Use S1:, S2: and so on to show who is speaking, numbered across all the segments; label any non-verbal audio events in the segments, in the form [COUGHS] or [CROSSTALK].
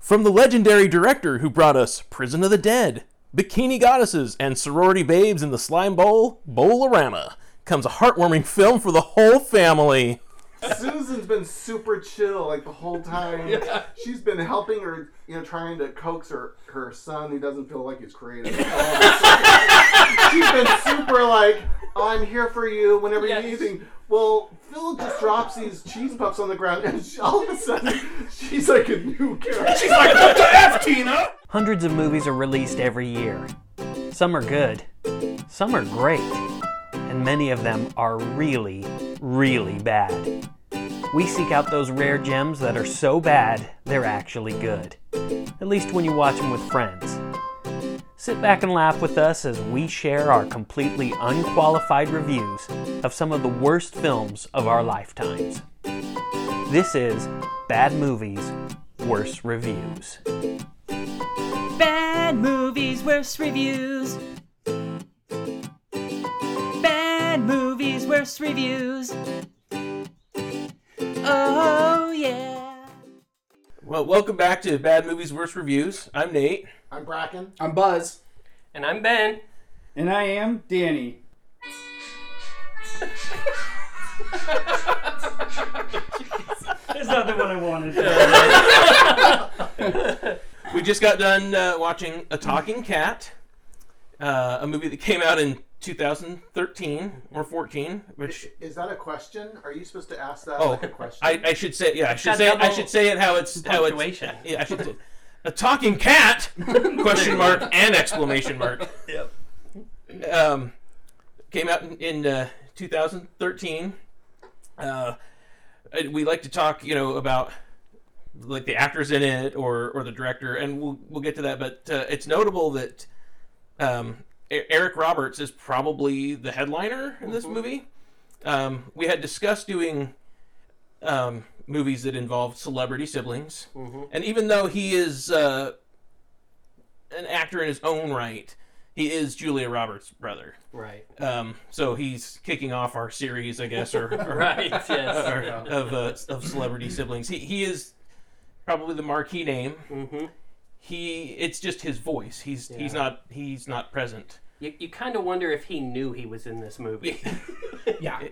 S1: From the legendary director who brought us Prison of the Dead, Bikini Goddesses, and Sorority Babes in the Slime Bowl, Bowlerama, comes a heartwarming film for the whole family.
S2: Susan's been super chill like the whole time. She's been helping her, you know, trying to coax her her son who doesn't feel like he's creative. [LAUGHS] All this stuff. She's been super like, I'm here for you whenever you need
S3: Yes.
S2: anything. Well, Phil just drops these cheese puffs on the ground, and she, all of a sudden, she's like a new character.
S4: She's like, what the F, Tina?
S5: Hundreds of movies are released every year. Some are good, some are great, and many of them are really, really bad. We seek out those rare gems that are so bad they're actually good, at least when you watch them with friends. Sit back and laugh with us as we share our completely unqualified reviews of some of the worst films of our lifetimes. This is Bad Movies, Worse Reviews.
S3: Bad movies, worse reviews. Bad movies, worse reviews. Oh, yeah.
S1: Well, welcome back to Bad Movies Worst Reviews. I'm Nate.
S2: I'm Bracken.
S4: I'm Buzz.
S6: And I'm Ben.
S4: And I am Danny. It's not the one I wanted.
S1: We just got done uh, watching A Talking Cat, uh, a movie that came out in 2013 or 14, which
S2: Is that a question? Are you supposed to ask that
S1: Oh,
S2: like a question?
S1: I, I should say yeah. I should
S6: Got
S1: say I
S6: double
S1: should say it how it's how it's
S6: punctuation.
S1: yeah. I should say a talking
S6: [LAUGHS]
S1: cat question mark and exclamation mark. Yep. Um, came out in, in uh, 2013. Uh, and we like to talk, you know, about like the actors in it or or the director, and we'll we'll get to that. But uh, it's notable that um, E- Eric Roberts is probably the headliner in
S6: Mm-hmm.
S1: this movie. Um, we had discussed doing um, movies that involve celebrity siblings,
S6: Mm-hmm.
S1: and even though he is uh, an actor in his own right, he is Julia Roberts' brother.
S6: Right.
S1: Um, so he's kicking off our series, I guess, or, or
S6: [LAUGHS] [LAUGHS] Right, yes.
S1: or, of uh, of celebrity siblings. He he is probably the marquee name.
S6: Mhm.
S1: He it's just his voice. He's he's not he's not
S6: [LAUGHS]
S1: present.
S6: You, you kind of wonder if he knew he was in this movie.
S7: Yeah.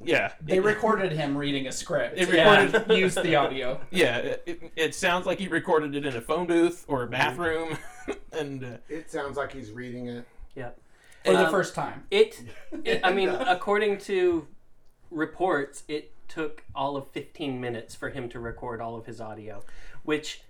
S1: Yeah,
S7: They recorded him reading a script.
S1: They
S7: and
S1: recorded-
S7: used the audio.
S1: yeah. It, it- it sounds like he recorded it in a phone booth or a
S6: Mm-hmm.
S1: bathroom, [LAUGHS] and uh,
S2: It sounds like he's reading it.
S6: Yep.
S7: For the
S6: Um,
S7: first time.
S6: [LAUGHS] It, it, I mean, according to reports, it took all of 15 minutes for him to record all of his audio, which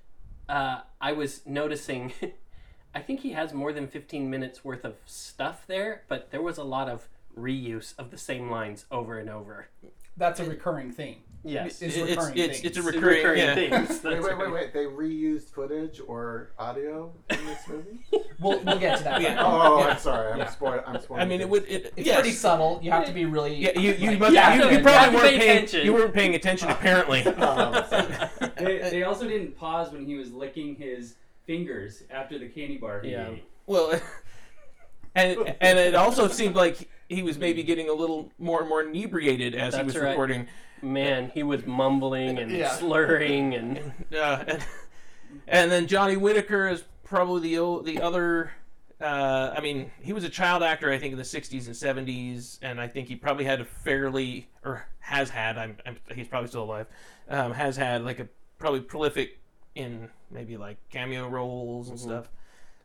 S6: uh, I was noticing. [LAUGHS] I think he has more than 15 minutes worth of stuff there, but there was a lot of reuse of the same lines over and over.
S7: That's a recurring theme.
S6: Yes.
S7: It's
S1: it- it's
S7: recurring
S1: it's
S7: things.
S1: it's a
S6: It's
S1: recurring, yeah.
S6: [LAUGHS] themes.
S2: Wait,
S6: That's
S2: wait, wait,
S6: right.
S2: wait. They reused footage or audio in this movie?
S7: We'll, we'll get to that.
S1: Yeah.
S7: later.
S2: Oh, I'm sorry. I'm spoiled. I'm spoiled.
S1: I mean, it would. It,
S7: It's
S1: yes.
S7: pretty subtle. You have to be really.
S1: Yeah, you, you,
S7: like,
S1: must,
S7: yeah,
S1: you,
S7: yeah,
S1: you
S7: yeah.
S1: probably
S6: have to
S1: weren't
S6: pay
S1: paying
S6: attention.
S1: You weren't paying attention,
S6: [LAUGHS]
S1: apparently.
S6: Um,
S8: they, they also didn't pause when he was licking his fingers after the candy bar. He
S6: Yeah.
S8: ate.
S1: well, and and it also seemed like he was maybe getting a little more and more inebriated as he
S6: That's
S1: was
S6: right.
S1: recording.
S6: Man, he was mumbling and
S7: Yeah.
S6: slurring and
S1: Uh, and, and then Johnny Whitaker is probably the o- the other. Uh, I mean, he was a child actor, I think, in the '60s and '70s, and I think he probably had a fairly, or has had. I'm, I'm he's probably still alive. Um, has had like a probably prolific in maybe like cameo roles and stuff.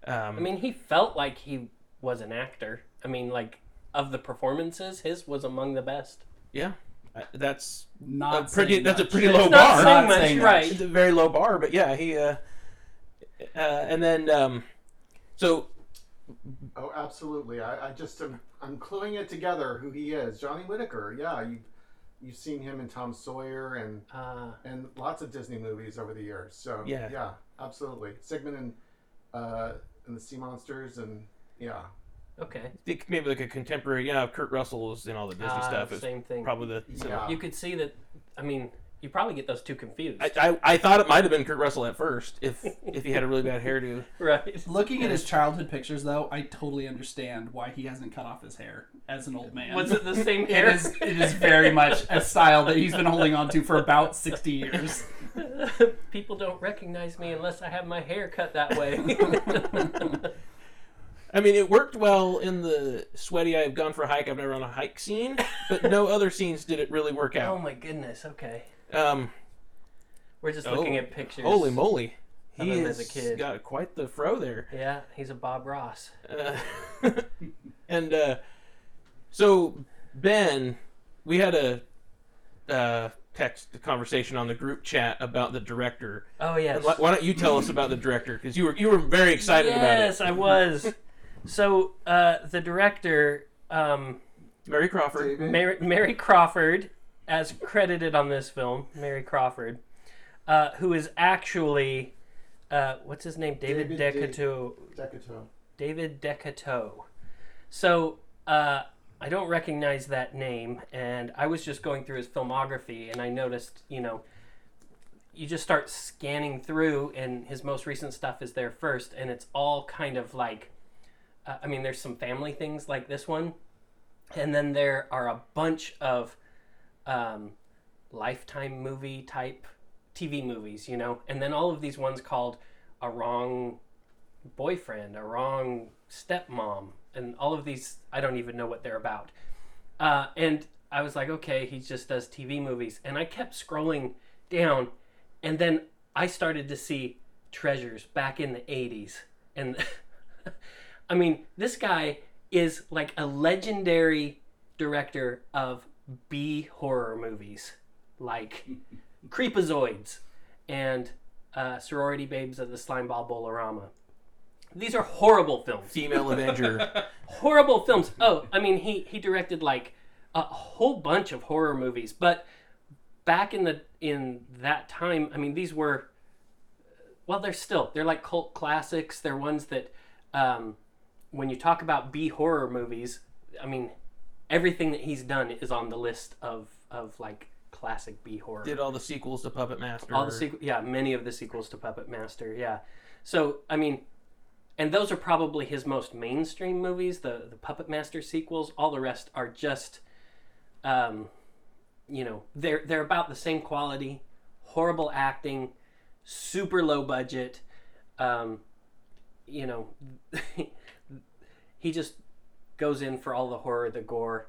S1: Um,
S6: Mm-hmm. I mean, he felt like he was an actor. I mean, like of the performances, his was among the best.
S1: yeah, I- that's
S7: Not
S1: a pretty.
S7: saying
S1: That's a
S7: much.
S1: pretty
S6: It's
S1: low
S6: not
S1: bar.
S6: saying
S7: Not
S6: much,
S7: saying much.
S6: right?
S1: It's a very low bar, but yeah, he. Uh, uh, and then, um, so
S2: Oh, absolutely. I, I just am. I'm cluing it together who he is. Johnny Whitaker. Yeah, you, you've seen him in Tom Sawyer and
S6: Uh,
S2: and lots of Disney movies over the years. So
S1: Ah. Yeah.
S2: yeah, absolutely. Sigmund and uh, and the Sea Monsters and yeah.
S6: okay,
S1: think maybe like a contemporary. Yeah, Kurt Russell is in all the Disney
S6: Ah,
S1: stuff. It's
S6: same thing.
S1: Probably the.
S2: Yeah.
S6: you could see that. I mean, You probably get those two confused,
S1: I, I, I thought it might have been Kurt Russell at first if if he had a really bad hairdo.
S6: [LAUGHS] right?
S7: Looking at his childhood pictures, though, I totally understand why he hasn't cut off his hair as an old man.
S6: Was it the same
S7: It
S6: hair?
S7: is, it is very much a style that he's been holding on to for about 60 years.
S6: [LAUGHS] People don't recognize me unless I have my hair cut that
S1: [LAUGHS]
S6: way.
S1: I mean, it worked well in the sweaty I've gone for a hike, I've never on a hike scene, but
S6: [LAUGHS]
S1: no other scenes did it really work
S6: oh
S1: out.
S6: my goodness. Okay,
S1: Um,
S6: we're just
S1: Oh.
S6: looking at pictures.
S1: holy moly.
S6: Of
S1: He
S6: him as a
S1: has
S6: kid.
S1: got quite the fro
S6: [LAUGHS]
S1: there.
S6: Yeah, he's a Bob Ross.
S1: Uh, [LAUGHS] and uh, so Ben, we had a uh, text conversation on the group chat about the director.
S6: Oh yes.
S1: And why- why don't you tell us about the director? Because you were you were very excited
S6: yes,
S1: about
S6: I was. So uh, the director, um,
S1: it. Mary Crawford.
S2: David?
S6: Mary, Mary Crawford, as credited on this film, Mary Crawford, uh, who is actually, uh, what's his name, David,
S2: David
S6: Decato,
S2: Decato.
S6: David Decato. So uh, I don't recognize that name, and I was just going through his filmography, and I noticed, you know, you just start scanning through, and his most recent stuff is there first, and it's all kind of like, uh, I mean, there's some family things like this one, and then there are a bunch of um, lifetime movie type TV movies, you know, and then all of these ones called a wrong boyfriend, a wrong stepmom, and all of these I don't even know what they're about. Uh, and I was like, okay, he just does TV movies, and I kept scrolling down, and then I started to see treasures back in the '80s, and [LAUGHS] I mean, this guy is like a legendary director of B horror movies, like Creepazoids and uh, Sorority Babes of the Slimeball Bolorama. These are horrible films.
S1: Female
S6: [LAUGHS]
S1: Avenger.
S6: Horrible films. Oh, I mean, he he directed like a whole bunch of horror movies, but back in the in that time, I mean, these were well, they're still they're like cult classics. They're ones that um, when you talk about B horror movies, I mean, everything that he's done is on the list of of like classic B horror
S1: Did all the sequels to Puppet Master.
S6: all the sequ- yeah many of the sequels to puppet master yeah so i mean and those are probably his most mainstream movies the the puppet master sequels all the rest are just um you know they're they're about the same quality horrible acting super low budget um you know [LAUGHS] he just goes in for all the horror the gore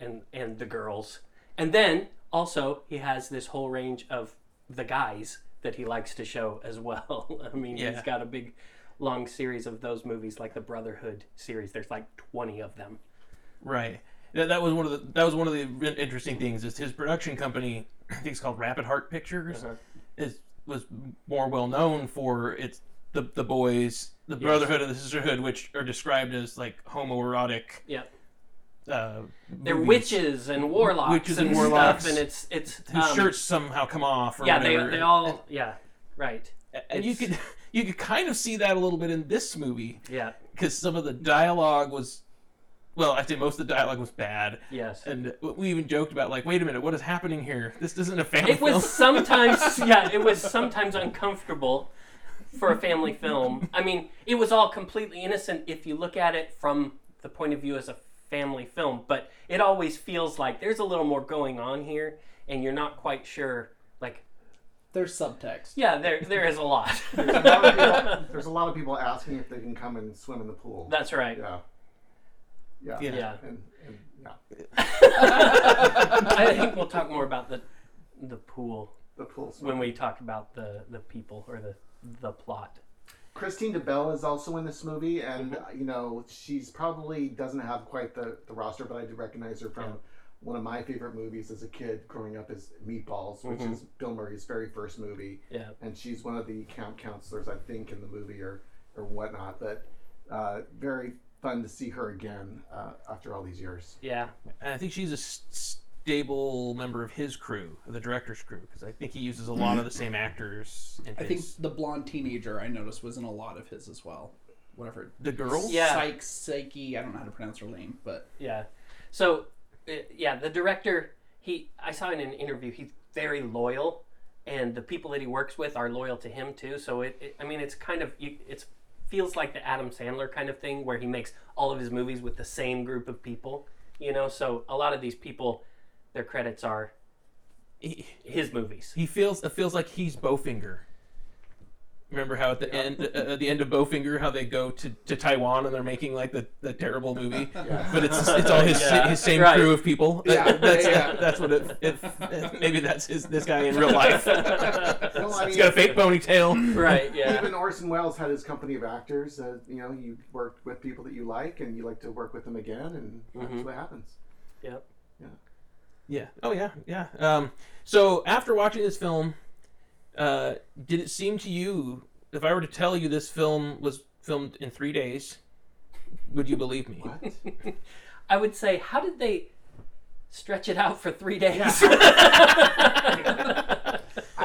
S6: and and the girls and then also he has this whole range of the guys that he likes to show as well. [LAUGHS] I mean,
S1: Yeah.
S6: he's got a big long series of those movies like the Brotherhood series. There's like 20 of them.
S1: Right. That, that was one of the that was one of the re- interesting things is his production company. [CLEARS THROAT] I think it's called Rapid Heart Pictures. Is was more well known for its the the boys, the Brotherhood and the Sisterhood, which are described as like homoerotic.
S6: Yeah.
S1: Uh,
S6: They're
S1: movies
S6: witches and warlocks
S1: Witches
S6: and,
S1: and warlocks.
S6: stuff and it's it's
S1: Whose
S6: um,
S1: shirts somehow come off. Or
S6: yeah, they,
S1: whatever.
S6: they all yeah, right.
S1: And, and you could [LAUGHS] you could kind of see that a little bit in this movie
S6: Yeah.
S1: because some of the dialogue was, well, I'd say most of the dialogue was bad.
S6: Yes.
S1: And we even joked about like, wait a minute, what is happening here? This isn't a family
S6: It was sometimes yeah, it was sometimes uncomfortable for a family film. I mean, it was all completely innocent if you look at it from the point of view as a family film, but it always feels like there's a little more going on here and you're not quite sure like
S7: There's subtext.
S6: yeah, there there is a lot. [LAUGHS]
S2: There's a, lot of people, there's a lot of people asking if they can come and swim in the pool.
S6: That's right.
S2: yeah. Yeah.
S1: Yeah.
S6: Yeah.
S2: And, and, yeah.
S6: I think we'll talk more about the the pool
S2: The pool swim.
S6: when we talk about the the people or the the plot.
S2: Christine DeBelle is also in this movie, and uh, you know she's probably doesn't have quite the, the roster, but I do recognize her from one of my favorite movies as a kid growing up is Meatballs, which is Bill Murray's very first movie,
S6: Yeah.
S2: and she's one of the camp counselors I think in the movie or or whatnot. But uh, very fun to see her again uh, after all these years.
S6: Yeah.
S1: And I think she's a s- stable member of his crew, of the director's crew, because I think he uses a lot of the same actors. In
S7: I
S1: his,
S7: think the blonde teenager I noticed was in a lot of his as well. Whatever.
S1: the girl.
S6: Yeah.
S7: Psych, Psyche, I don't know how to pronounce her name, but
S6: Yeah. So, uh, yeah, the director, he, I saw in an interview, he very loyal, and the people that he works with are loyal to him too. So it, it I mean, it's kind of you, it's feels like the Adam Sandler kind of thing where he makes all of his movies with the same group of people. You know, so a lot of these people, their credits are
S1: He,
S6: his movies.
S1: he feels it feels like he's Bowfinger. Remember how at the end, uh, uh, the end of Bowfinger, how they go to, to Taiwan and they're making like the, the terrible
S2: [LAUGHS]
S1: movie, but it's it's all his
S6: Yeah.
S1: his same
S6: Right.
S1: crew of people.
S2: Yeah,
S1: That- that's
S2: yeah.
S1: that's what it, it. Maybe that's his this guy in
S2: [LAUGHS]
S1: real life.
S2: No, I
S1: He's
S2: mean,
S1: got a fake ponytail.
S6: Right? Yeah.
S2: Even Orson Welles had his company of actors. That, you know, you worked with people that you like, and you like to work with them again, and that's what happens.
S6: Yep.
S1: Yeah. Oh yeah. Yeah. Um, so after watching this film, uh, did it seem to you, if I were to tell you this film was filmed in three days, would you believe me?
S2: What?
S6: [LAUGHS] I would say, how did they stretch it out for
S9: [LAUGHS]
S6: three days?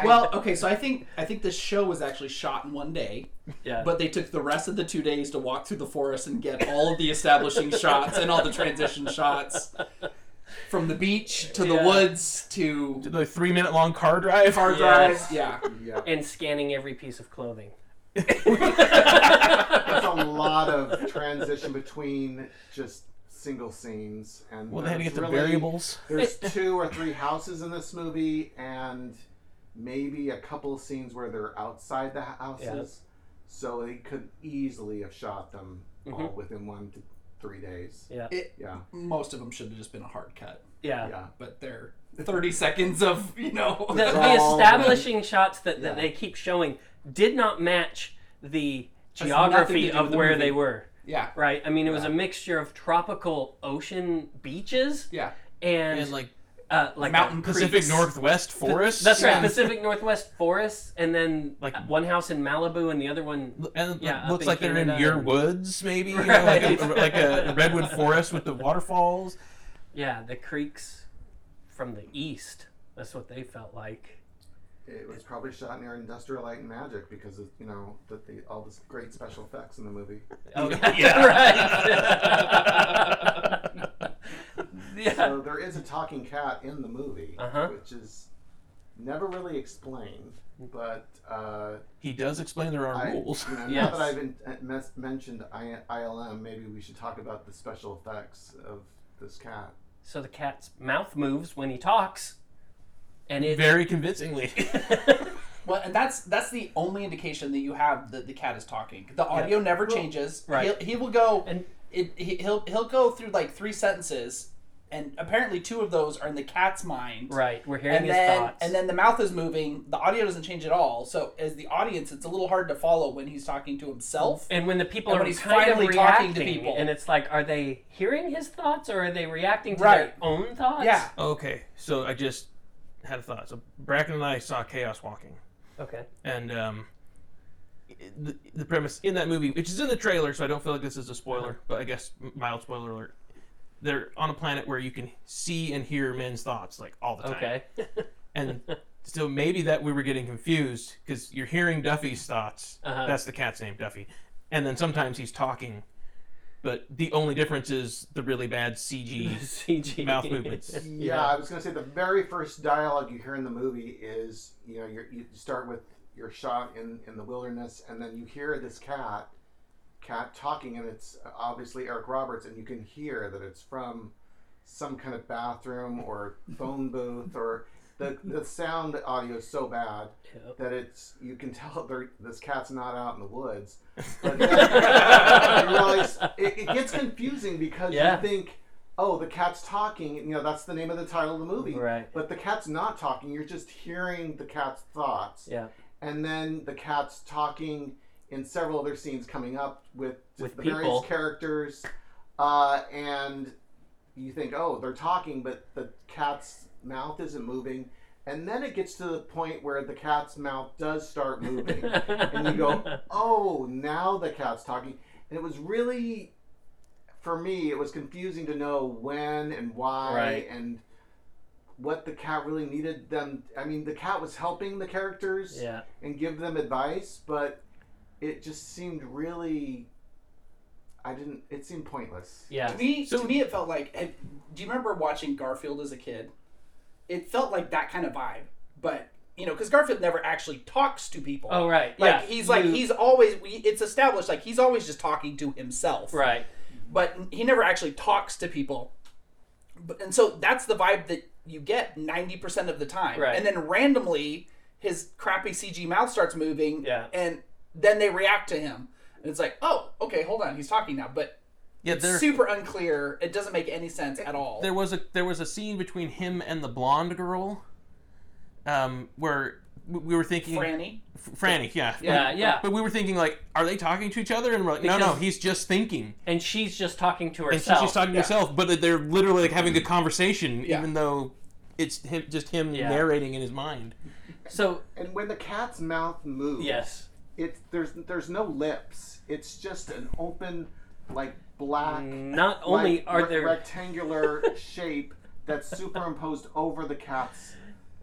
S9: Well, okay, so I think I think this show was actually shot in one day,
S6: yeah.
S9: but they took the rest of the two days to walk through the forest and get all of the
S7: [LAUGHS]
S9: establishing shots and all the transition shots from the beach to the
S6: Yeah.
S9: woods to
S1: The three minute long car drive.
S9: car
S6: Yes.
S9: drives. Yeah,
S2: Yeah,
S6: and scanning every piece of clothing.
S2: that's a lot of transition between just single scenes, and
S1: Well, they had to
S2: there's
S1: get the
S2: really-
S1: variables.
S2: There's two or three houses in this movie, and maybe a couple of scenes where they're outside the houses. So they could easily have shot them all within one to three days.
S6: Yeah.
S9: It-
S2: Yeah.
S9: most of them should have just been a hard cut,
S6: Yeah.
S2: Yeah.
S9: but they're thirty seconds of you
S6: [LAUGHS]
S9: know.
S6: The, the
S2: all-
S6: establishing shots that, that
S2: Yeah.
S6: they keep showing did not match the
S9: Has nothing to
S6: geography
S9: do
S6: of
S9: with the
S6: where
S9: movie.
S6: they were.
S9: yeah,
S6: Right? I mean, it was a mixture of tropical ocean beaches
S9: yeah,
S6: and,
S1: And like
S6: uh, like
S9: mountain
S1: Pacific
S9: creeks.
S6: [LAUGHS]
S1: Northwest forests.
S6: That's right,
S9: [LAUGHS] Yeah.
S6: Pacific Northwest forests, and then
S1: Like-
S6: like one house in Malibu and the other one.
S1: And it
S6: Yeah, up
S1: looks
S6: in
S1: like they're in
S6: Canada.
S1: your woods, maybe you know, like, a,
S6: uh,
S1: [LAUGHS]
S6: Right.
S1: like a redwood forest with the waterfalls.
S6: Yeah, the creeks from the east. That's what they felt like. [LAUGHS]
S2: It was probably shot near Industrial Light and Magic because of, you know, the, the, all this great special effects in the movie.
S6: Oh, yeah. [LAUGHS] right. yeah.
S2: So there is a talking cat in the movie,
S6: Uh-huh.
S2: which is never really explained, but. Uh,
S1: He does explain there are
S2: I,
S1: rules.
S2: [LAUGHS] you know,
S6: Yes.
S2: Now that I've in, uh, mes- mentioned I, ILM, maybe we should talk about the special effects of this cat.
S6: So the cat's mouth moves when he talks, and it
S1: Very convincingly. [LAUGHS]
S9: Well, and that's that's the only indication that you have that the cat is talking. The audio never changes.
S6: right.
S9: He'll, he will go
S6: And-
S9: and it, he, he'll he'll go through like three sentences, and apparently two of those are in the cat's mind.
S6: right. We're hearing
S9: And
S6: his
S9: then
S6: thoughts.
S9: and then the mouth is moving. The audio doesn't change at all. So as the audience, it's a little hard to follow when he's talking to himself.
S6: And when the people
S9: And
S6: are
S9: when he's
S6: kind of
S9: finally
S6: reacting
S9: talking to people.
S6: and it's like, are they hearing his thoughts or are they reacting to their
S9: Right.
S6: own thoughts?
S9: yeah.
S1: Okay, so I just had a thought. So Bracken and I saw Chaos Walking,
S6: Okay.
S1: and um, the, the premise in that movie, which is in the trailer, so I don't feel like this is a
S6: Uh-huh.
S1: spoiler, but I guess mild spoiler alert. They're on a planet where you can see and hear men's thoughts like all the time. [LAUGHS]
S6: Okay. [LAUGHS]
S1: And so maybe that we were getting confused because you're hearing Duffy's thoughts.
S6: Uh-huh.
S1: That's the cat's name, Duffy. And then sometimes he's talking, but the only difference is the really bad
S6: [LAUGHS]
S1: CG
S6: CG
S1: mouth movements.
S2: [LAUGHS] Yeah, I was going to say the very first dialogue you hear in the movie is you know you're, you start with your shot in in the wilderness, and then you hear this cat cat talking, and it's obviously Eric Roberts, and you can hear that it's from some kind of bathroom or phone booth or. The, the sound audio is so bad that it's you can tell [LAUGHS] they're- this cat's not out in the woods. But then you realize it, it gets confusing because
S6: Yeah.
S2: you think oh, the cat's talking. You know, that's the name of the title of the movie.
S6: Right.
S2: But the cat's not talking. You're just hearing the cat's thoughts.
S6: Yeah.
S2: And then the cat's talking in several other scenes coming up with,
S6: With
S2: the
S6: people.
S2: various characters. Uh, and you think, oh, they're talking, but the cat's mouth isn't moving. And then it gets to the point where the cat's mouth does start moving.
S6: [LAUGHS]
S2: and you go, oh, now the cat's talking. And it was really, for me, it was confusing to know when and why
S6: Right.
S2: and what the cat really needed them. I mean, the cat was helping the characters
S6: Yeah.
S2: and give them advice, but it just seemed really. I didn't. It seemed pointless.
S6: Yeah.
S9: To me, to me, it felt like. It, do you remember watching Garfield as a kid? It felt like that kind of vibe. but you know, because Garfield never actually talks to people.
S6: Oh right.
S9: Like
S6: yeah.
S9: he's like
S6: You-
S9: he's always we, it's established like he's always just talking to himself.
S6: right.
S9: But he never actually talks to people. But, and so that's the vibe that you get 90% of the time.
S6: Right.
S9: And then randomly his crappy CG mouth starts moving
S6: Yeah.
S9: and then they react to him. And it's like, "Oh, okay, hold on, he's talking now." But
S1: Yeah, there,
S9: super unclear. It doesn't make any sense at all.
S1: there was a there was a scene between him and the blonde girl, um, where we- we were thinking
S9: Franny.
S1: F- Franny, yeah,
S6: Yeah, yeah.
S1: But we were thinking like, are they talking to each other? And we're like, no, no,
S6: Because-
S1: he's just thinking.
S6: And she's just talking to
S1: And so
S6: herself.
S1: she's talking to
S9: Yeah.
S1: herself, but they're literally like having a conversation,
S9: Yeah.
S1: even though it's him, just him
S6: Yeah.
S1: narrating in his mind.
S6: so
S2: And when the cat's mouth moves,
S6: yes.
S2: it's there's there's no lips. It's just an open, like black.
S6: Not only
S2: like,
S6: are
S2: re-
S6: there [LAUGHS]
S2: rectangular shape that's superimposed over the cat's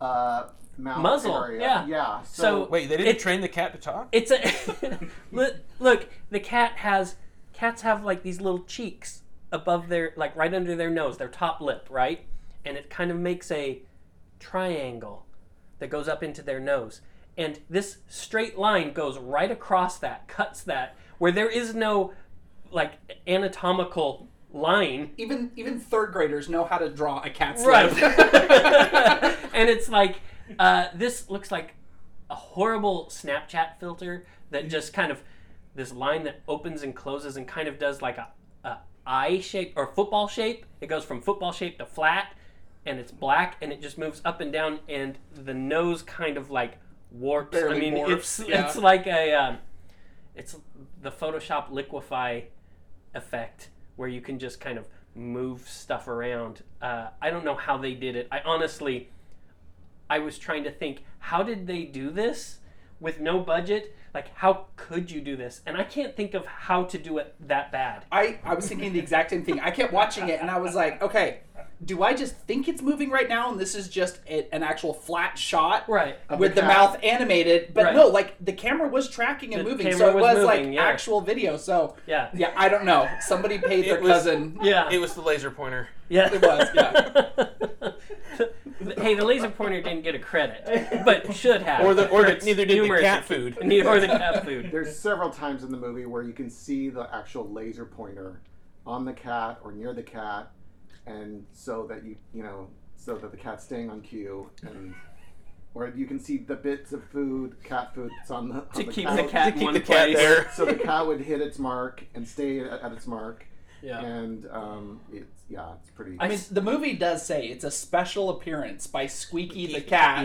S2: uh, mouth
S6: Muzzle,
S2: area.
S6: yeah.
S2: yeah. So,
S6: So-
S1: Wait, they didn't
S6: It-
S1: train the cat to talk?
S6: It's a [LAUGHS] look, look. The cat has cats have like these little cheeks above their like right under their nose, their top lip, right? And it kind of makes a triangle that goes up into their nose. And this straight line goes right across that, cuts that where there is no like anatomical line
S9: Even even third graders know how to draw a cat's
S6: right
S9: lip.
S6: [LAUGHS] and it's like uh, this looks like a horrible snapchat filter that just kind of this line that opens and closes and kind of does like a, a eye shape or football shape it goes from football shape to flat and it's black and it just moves up and down and the nose kind of like warps i
S9: Barely
S6: mean
S9: morphs,
S6: it's
S9: yeah.
S6: it's like a um, it's the photoshop liquefy effect where you can just kind of move stuff around. Uh, I don't know how they did it. I honestly, I was trying to think, how did they do this with no budget? Like, how could you do this? And I can't think of how to do it that bad.
S9: I, I was thinking the exact same thing. I kept watching it and I was like, okay, do I just think it's moving right now and this is just a, an actual flat shot
S6: Right.
S9: with the,
S2: the cat.
S9: mouth animated? But
S6: Right.
S9: no, like the camera was tracking and
S6: The
S9: moving,
S6: camera
S9: so it
S6: was
S9: was,
S6: moving,
S9: like
S6: yeah.
S9: actual video. So
S6: Yeah.
S9: yeah, I don't know. Somebody paid their
S1: was-
S9: cousin.
S6: Yeah.
S1: It was the laser pointer.
S6: yeah.
S9: It was,
S6: yeah. [LAUGHS] hey, the laser pointer didn't get a credit, but should have.
S1: Or the or the,
S6: It's
S1: neither did the
S6: numerous-
S1: cat food.
S6: Neither [LAUGHS] or the cat food.
S2: there's several times in the movie where you can see the actual laser pointer on the cat or near the cat, and so that you you know so that the cat's staying on cue
S6: [LAUGHS]
S2: and. Or you can see the bits of food, cat food, that's on the on
S6: To
S2: the
S6: keep
S2: cat.
S6: the cat in
S1: keep
S6: one
S1: the cat
S6: place. [LAUGHS]
S1: there.
S2: so the cat would hit its mark and stay at, at its mark.
S6: Yeah.
S2: And um, it's yeah, it's pretty.
S9: I mean, the movie does say it's a special appearance by Squeaky the cat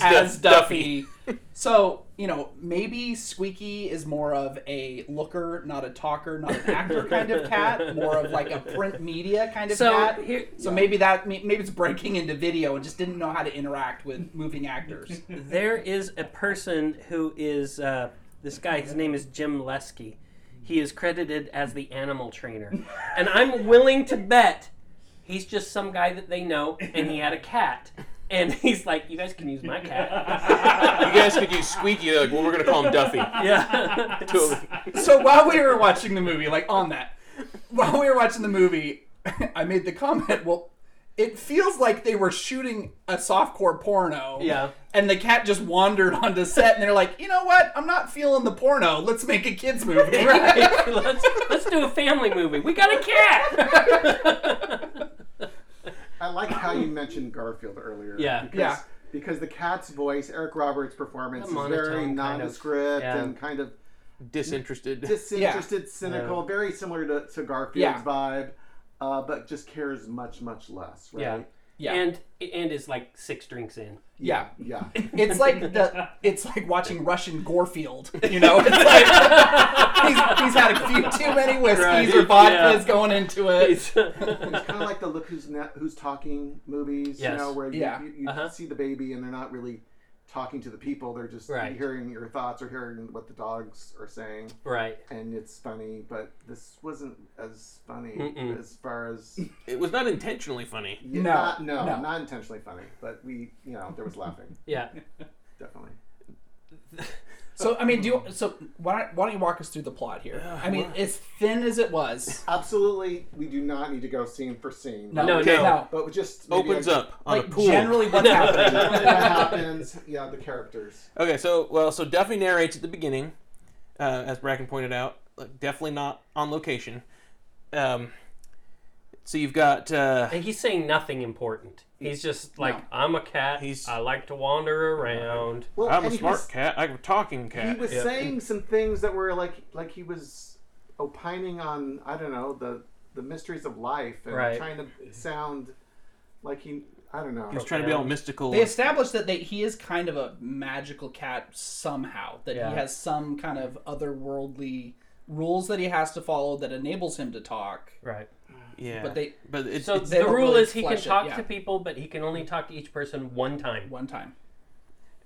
S1: As,
S9: as
S1: Duffy.
S9: Duffy. [LAUGHS] so, you know, maybe Squeaky is more of a looker, not a talker, not an [LAUGHS] actor kind of cat, more of like a print media kind of
S6: So
S9: cat.
S6: here,
S9: So maybe that maybe it's breaking into video and just didn't know how to interact with moving actors.
S6: There is a person who is uh, this guy. His name is Jim Lesky. He is credited as the animal trainer, and I'm willing to bet he's just some guy that they know, and he had a cat, and [LAUGHS] he's like, "You guys can use
S8: [LAUGHS]
S6: my cat."
S1: You guys could use Squeaky. They're like, well, we're going to call him Duffy. [LAUGHS]
S6: yeah.
S1: Totally.
S9: so while we were watching the movie, like on that, while we were watching the movie, [LAUGHS] I made the comment, well, it feels like they were shooting a softcore porno.
S6: Yeah.
S9: And the cat just wandered onto set and they're like, you know what? I'm not feeling the porno. Let's make a kids movie.
S6: Right. [LAUGHS] let's let's do a family movie. We got a cat.
S2: I like how you mentioned Garfield earlier.
S6: Yeah.
S2: Because,
S9: Yeah.
S2: Because the cat's voice, Eric Roberts' performance,
S6: The
S2: is very
S6: monotone kind of-
S2: nondescript
S6: yeah.
S2: and kind of
S1: Disinterested.
S2: disinterested, cynical, very similar to, to Garfield's
S9: Yeah.
S2: vibe, uh, but just cares much, much less. Right?
S6: yeah.
S9: [LAUGHS] Yeah.
S6: And and is like six drinks in.
S9: yeah.
S2: Yeah.
S9: It's like the it's like watching Russian Gorefield, you know? It's
S6: [LAUGHS]
S9: like he's, he's had a few too many whiskeys or vodkas
S6: Yeah.
S9: going into it.
S2: It's kind of like the look who's na- who's talking movies,
S6: Yes.
S2: you know, where you,
S9: Yeah.
S2: you, you
S6: Uh-huh.
S2: see the baby and they're not really talking to the people; they're just
S6: Right.
S2: hearing your thoughts or hearing what the dogs are saying,
S6: right.
S2: and it's funny. But this wasn't as funny
S6: Mm-mm.
S2: as far as
S1: It was not intentionally funny.
S2: no,
S9: No,
S2: not, no,
S9: no.
S2: not intentionally funny, but we, you know, there was laughing
S6: Yeah.
S2: definitely.
S7: So I mean, do you, so. Why don't, why don't you walk us through the plot here? I mean, as thin as it was,
S2: Absolutely, we do not need to go scene for scene.
S7: No,
S6: No,
S7: okay.
S6: no.
S7: no.
S2: But just maybe
S1: Opens
S2: I-
S1: up on a
S7: like
S1: pool.
S7: generally what happened.
S2: What happens? Yeah, the characters.
S1: Okay, so well, so Duffy narrates at the beginning, uh, as Bracken pointed out, like definitely not on location. Um, so you've got uh,
S6: And he's saying nothing important. He's just like,
S7: No.
S6: I'm a cat.
S1: He's-
S6: I like to wander around.
S2: Well,
S1: I'm
S2: and
S1: a
S2: he
S1: smart
S2: was-
S1: cat. I'm a talking
S2: He
S1: cat.
S2: was
S6: Yeah.
S2: saying some things that were like like he was opining on I don't know the the mysteries of life and
S6: Right.
S2: trying to sound like he I don't know.
S1: He was trying to be all mystical.
S7: They established that they, he is kind of a magical cat somehow. That
S6: Yeah.
S7: he has some kind of otherworldly rules that he has to follow that enables him to talk.
S6: Right.
S1: yeah,
S7: But they
S1: but it's,
S6: So
S1: it's-
S7: they
S6: the
S7: don't
S6: rule
S7: really
S6: is he can
S7: flesh it,
S6: talk
S7: yeah.
S6: to people, but he can only talk to each person one time.
S7: one time.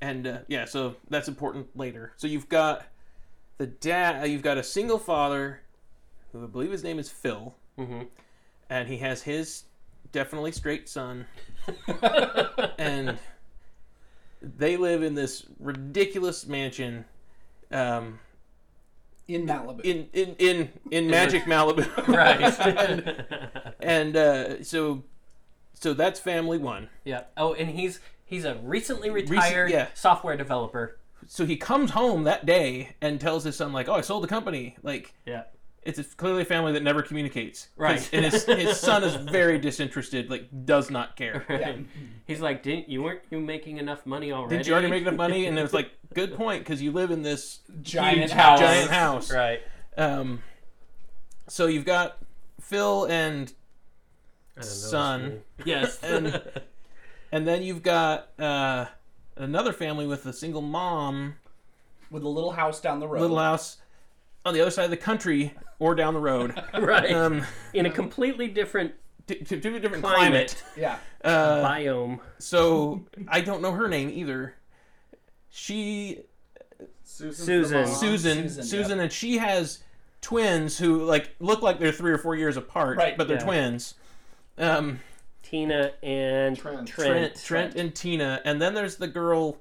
S1: and uh, yeah, so that's important later. So you've got the dad. You've got a single father, who I believe his name is Phil,
S6: Mhm.
S1: and he has his definitely straight son, and they live in this ridiculous mansion. Um,
S7: in Malibu.
S1: in in in in Magic Malibu,
S6: right.
S1: [LAUGHS] and uh, so so that's family one.
S6: yeah. Oh, and he's he's a recently retired
S1: yeah.
S6: software developer.
S1: so he comes home that day and tells his son like oh i sold the company like
S6: Yeah.
S1: it's a, clearly a family that never communicates 'Cause-
S6: Right.
S1: and his,
S6: [LAUGHS]
S1: his son is very disinterested like does not care
S6: He's like, didn't you weren't you making enough money already?
S1: did you already make enough money
S6: [LAUGHS]
S1: and it was like good point because you live in this
S7: Giant
S1: huge,
S7: house.
S1: giant house
S6: Uh, Right.
S1: um so you've got phil and
S6: I don't know,
S1: Son.
S6: [LAUGHS]
S8: [LAUGHS]
S6: Yes.
S1: and
S6: [LAUGHS]
S1: and then you've got uh another family with a single mom
S7: with a little house down the road.
S6: Oh.
S1: little house on the other side of the country or down the road
S6: right.
S1: um
S6: In a completely different
S1: to, to, to a different climate.
S6: climate,
S7: Yeah.
S1: Uh,
S6: biome.
S1: so I don't know her name either. She
S2: Susan's
S6: Susan.
S2: the mom.
S1: Susan
S7: Susan,
S1: Susan, and she has twins who like look like they're three or four years apart,
S7: Right,
S1: but they're
S6: yeah.
S1: twins. Um,
S6: Tina and
S2: Trent.
S6: Trent,
S1: Trent, Trent and Tina, and then there's the girl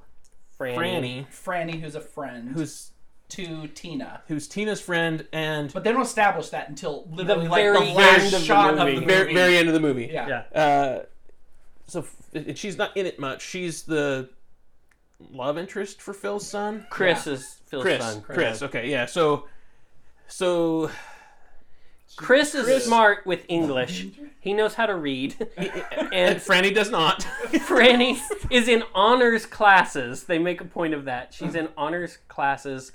S6: Franny.
S1: Franny,
S7: Franny, who's a friend,
S1: who's
S7: to Tina.
S1: who's Tina's friend, and
S7: But they don't establish that until literally
S6: very
S7: like the last
S6: end of the
S7: shot of the
S6: movie.
S7: movie.
S1: very very end of the movie.
S7: yeah.
S6: Yeah.
S1: Uh, so f- and she's not in it much. She's the love interest for Phil's son.
S6: Chris is Phil's
S1: Chris,
S6: son.
S1: Chris. Okay, yeah. So, so
S6: Chris is smart with English. He knows how to read.
S1: and
S6: [LAUGHS] and
S1: [LAUGHS] Franny does not.
S6: Franny is in honors classes. They make a point of that. She's in honors classes.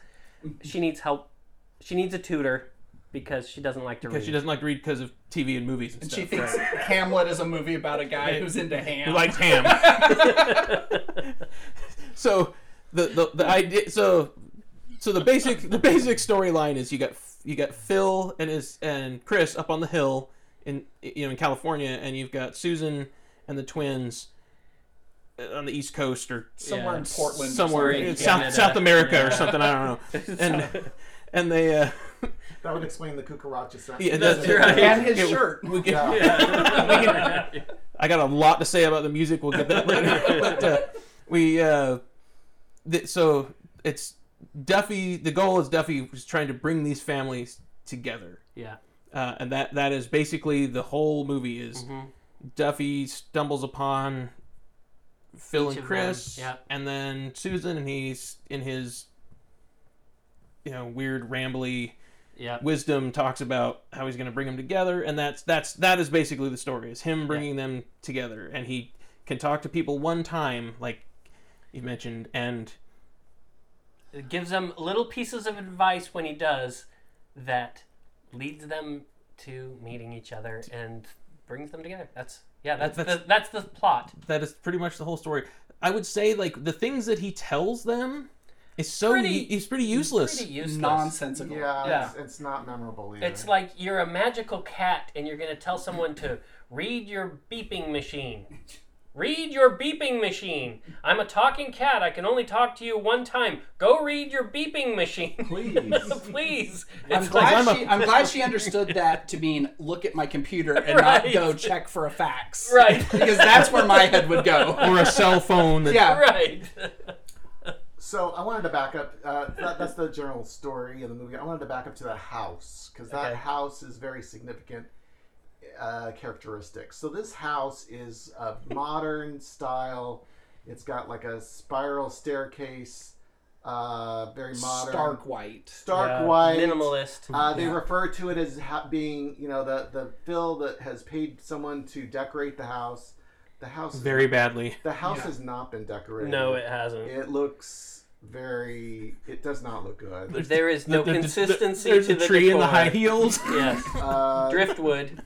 S6: She needs help. She needs a tutor because she doesn't like to read.
S1: Because she doesn't like to read because of TV and movies and,
S7: She
S1: stuff.
S7: thinks Hamlet is a movie about a guy who's into ham.
S1: Who likes ham. [LAUGHS] so the, the the idea so so the basic the basic storyline is you got you got Phil and his and Chris up on the hill in you know in California and you've got Susan and the twins uh, on the East Coast or
S7: somewhere in Portland. or
S1: somewhere
S7: something.
S1: in
S6: in
S1: South
S6: Canada.
S1: South America or something I [LAUGHS] don't know and and they uh, [LAUGHS]
S2: That would explain the cucaracha sound.
S1: yeah,
S2: [LAUGHS]
S6: That's
S9: [LAUGHS]
S1: the-
S6: right.
S7: And his
S1: it-
S7: shirt.
S1: we get,
S2: Yeah.
S1: I got a lot to say about the music. We'll get that [LAUGHS] later. but uh, we uh, th- so it's Duffy. The goal is Duffy was trying to bring these families together,
S6: yeah.
S1: uh, and that that is basically the whole movie. Is
S6: Mm-hmm.
S1: Duffy stumbles upon Phil
S6: Each
S1: and
S6: of them,
S1: Chris,
S6: yeah.
S1: and then Susan, and he's in his you know weird rambly
S6: Yeah.
S1: wisdom talks about how he's going to bring them together and that's that's that is basically the story is him bringing them together and he can talk to people one time like you mentioned and
S6: It gives them little pieces of advice when he does that leads them to meeting each other and brings them together. That's yeah, that's
S1: That's-
S6: the, that's the plot.
S1: that is pretty much the whole story i would say like the things that he tells them is so
S6: Pretty-
S1: u- is pretty useless [LAUGHS]
S6: Pretty useless.
S7: Nonsensical.
S2: Yeah,
S6: Yeah.
S2: It's, it's not memorable either.
S6: It's like you're a magical cat and you're going to tell someone to read your beeping machine. Read your beeping machine. I'm a talking cat. I can only talk to you one time. Go read your beeping machine. Please. [LAUGHS] Please.
S7: I'm
S6: It's
S7: glad,
S1: I'm a-
S7: she, [LAUGHS] I'm glad she understood that to mean look at my computer and not
S6: Right.
S7: go check for a fax.
S6: [LAUGHS] Right.
S1: [LAUGHS]
S9: [LAUGHS]
S7: because that's where my head would go.
S1: or a cell phone that
S7: Yeah.
S6: right.
S2: So I wanted to back up. Uh, that, that's the general story of the movie. I wanted to back up to the house because that
S1: Okay.
S2: house is very significant uh, characteristics. So this house is a modern style. It's got like a spiral staircase, uh, very modern,
S7: Stark white.
S2: stark
S1: Yeah,
S2: white,
S6: Minimalist.
S2: Uh, they refer to it as ha- being, you know, the the Phil that has paid someone to decorate the house. The house,
S1: Very badly.
S2: the house has not been decorated.
S6: No, it hasn't.
S2: It looks very. It does not look good.
S6: There is no
S1: The- the- the-
S6: consistency
S1: there's
S6: to
S1: the
S6: the
S1: tree and the
S6: decor.
S1: high
S6: [LAUGHS]
S1: heels
S6: Yes,
S2: Uh,
S6: driftwood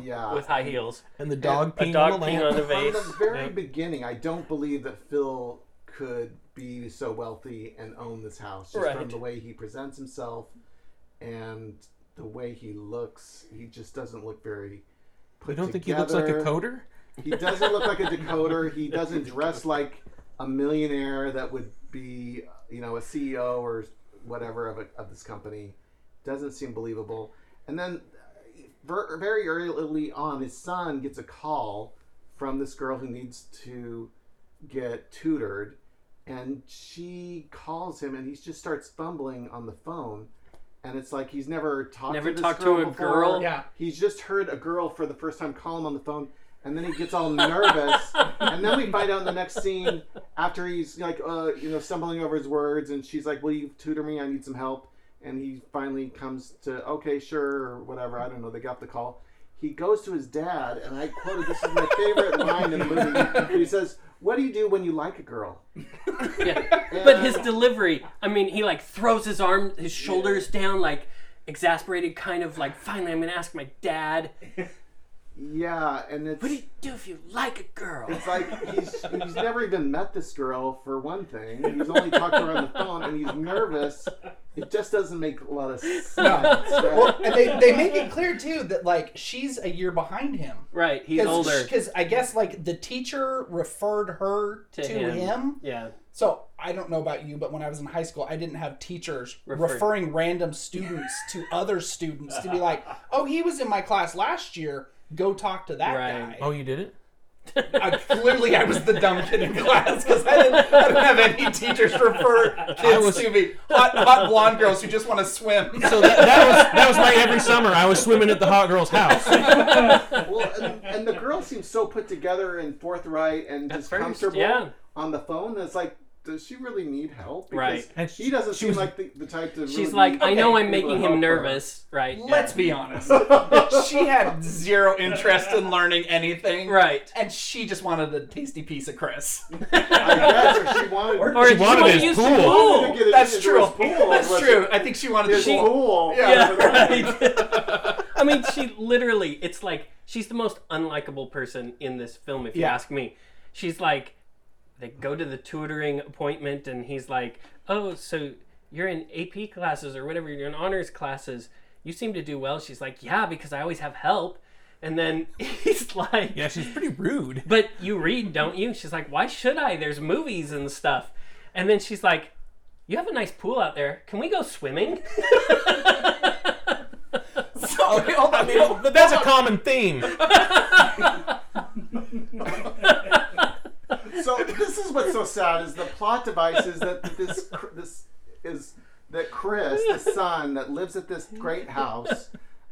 S2: yeah.
S6: with
S2: [LAUGHS]
S6: high heels.
S1: and the dog
S6: A
S1: peeing
S6: dog
S1: on the
S6: peeing
S1: lamp.
S6: on a
S2: From
S6: vase.
S2: the very
S6: Yep.
S2: beginning, I don't believe that Phil could be so wealthy and own this house. Just
S6: Right.
S2: from the way he presents himself and the way he looks, he just doesn't look very.
S1: I
S2: Put
S1: don't think he looks like a
S2: together.
S1: coder.
S2: He doesn't look like a decoder. He doesn't dress like a millionaire that would be, you know, a CEO or whatever of, a, of this company. Doesn't seem believable. And then uh, ver- very early on, his son gets a call from this girl who needs to get tutored. And she calls him, and he just starts fumbling on the phone. And it's like he's never talked
S6: Never
S2: to this
S6: talked to
S2: girl
S6: a
S2: before.
S6: girl?
S9: Yeah.
S2: He's just heard a girl for the first time call him on the phone, and then he gets all nervous. and then we find out in the next scene, after he's like, uh, you know, stumbling over his words, and she's like, "Will you tutor me? I need some help." And he finally comes to, "Okay, sure," or whatever. I don't know. They got the call. He goes to his dad, and I quoted this is my favorite line in the movie. He says, "What do you do when you like a girl?"
S6: Yeah.
S2: And-
S6: But his delivery, I mean, he like throws his arm, his shoulders down, like exasperated, kind of like, finally, I'm gonna ask my dad,
S2: yeah, and it's
S6: what do you do if you like a girl?
S2: It's like he's, he's never even met this girl for one thing. He's only talked to her on the phone, and he's nervous. It just doesn't make a lot of sense. right?
S9: well, and they, they make it clear too that like she's a year behind him.
S6: Right, he's older.
S9: Because I guess like the teacher referred her
S6: To
S9: to,
S6: him.
S9: him.
S6: Yeah.
S9: So I don't know about you, but when I was in high school, I didn't have teachers
S6: Referred.
S9: referring random students to other students to be like, "Oh, he was in my class last year. Go talk to that guy."
S6: Right.
S1: Oh, you did it?
S9: I, clearly, I was the dumb kid in class because I didn't, I didn't have any teachers refer kids
S1: was-
S9: to me. Hot, hot blonde girls who just want to swim.
S1: So that, [LAUGHS] that was that was my [LAUGHS] every summer. I was swimming at the hot girl's house.
S2: Well, and, and the girl seems so put together and forthright and just
S6: first,
S2: comfortable
S6: yeah.
S2: on the phone. It's like, does she really need help?
S6: Right.
S1: [LAUGHS] And
S2: she doesn't
S1: she
S2: seem
S1: was-
S2: like the, the type to.
S6: She's
S2: really
S6: like,
S2: need
S6: I know
S2: people
S6: I'm
S2: to
S6: making
S2: help her." [LAUGHS]
S6: him nervous. Right. yeah.
S9: [LAUGHS] Let's be honest. she had zero interest in learning anything.
S6: Right.
S9: And she just wanted a tasty piece of Chris.
S2: I guess, or she wanted.
S6: Or
S1: She
S6: if you
S1: wanted
S6: wanna
S1: his
S6: use the
S1: pool.
S2: wanted to get it
S9: That's
S2: into
S9: true.
S2: his Pool
S9: That's
S2: was-
S9: true. I think she wanted
S2: His
S9: she,
S2: pool.
S6: Yeah, [LAUGHS] right. I mean, she literally, it's like, she's the most unlikable person in this film, if you
S9: Yeah.
S6: ask me. She's like, they go to the tutoring appointment, and he's like, oh, so you're in AP classes or whatever, you're in honors classes. You seem to do well. She's like, yeah, because I always have help. And then [LAUGHS] he's like,
S1: Yeah, she's pretty rude.
S6: but you read, don't you? She's like, why should I? There's movies and stuff. And then she's like, you have a nice pool out there. Can we go swimming? [LAUGHS] Oh,
S9: hold on.
S1: But that's a common theme.
S2: So this is what's so sad is the plot device is that this this is that Chris, the son that lives at this great house,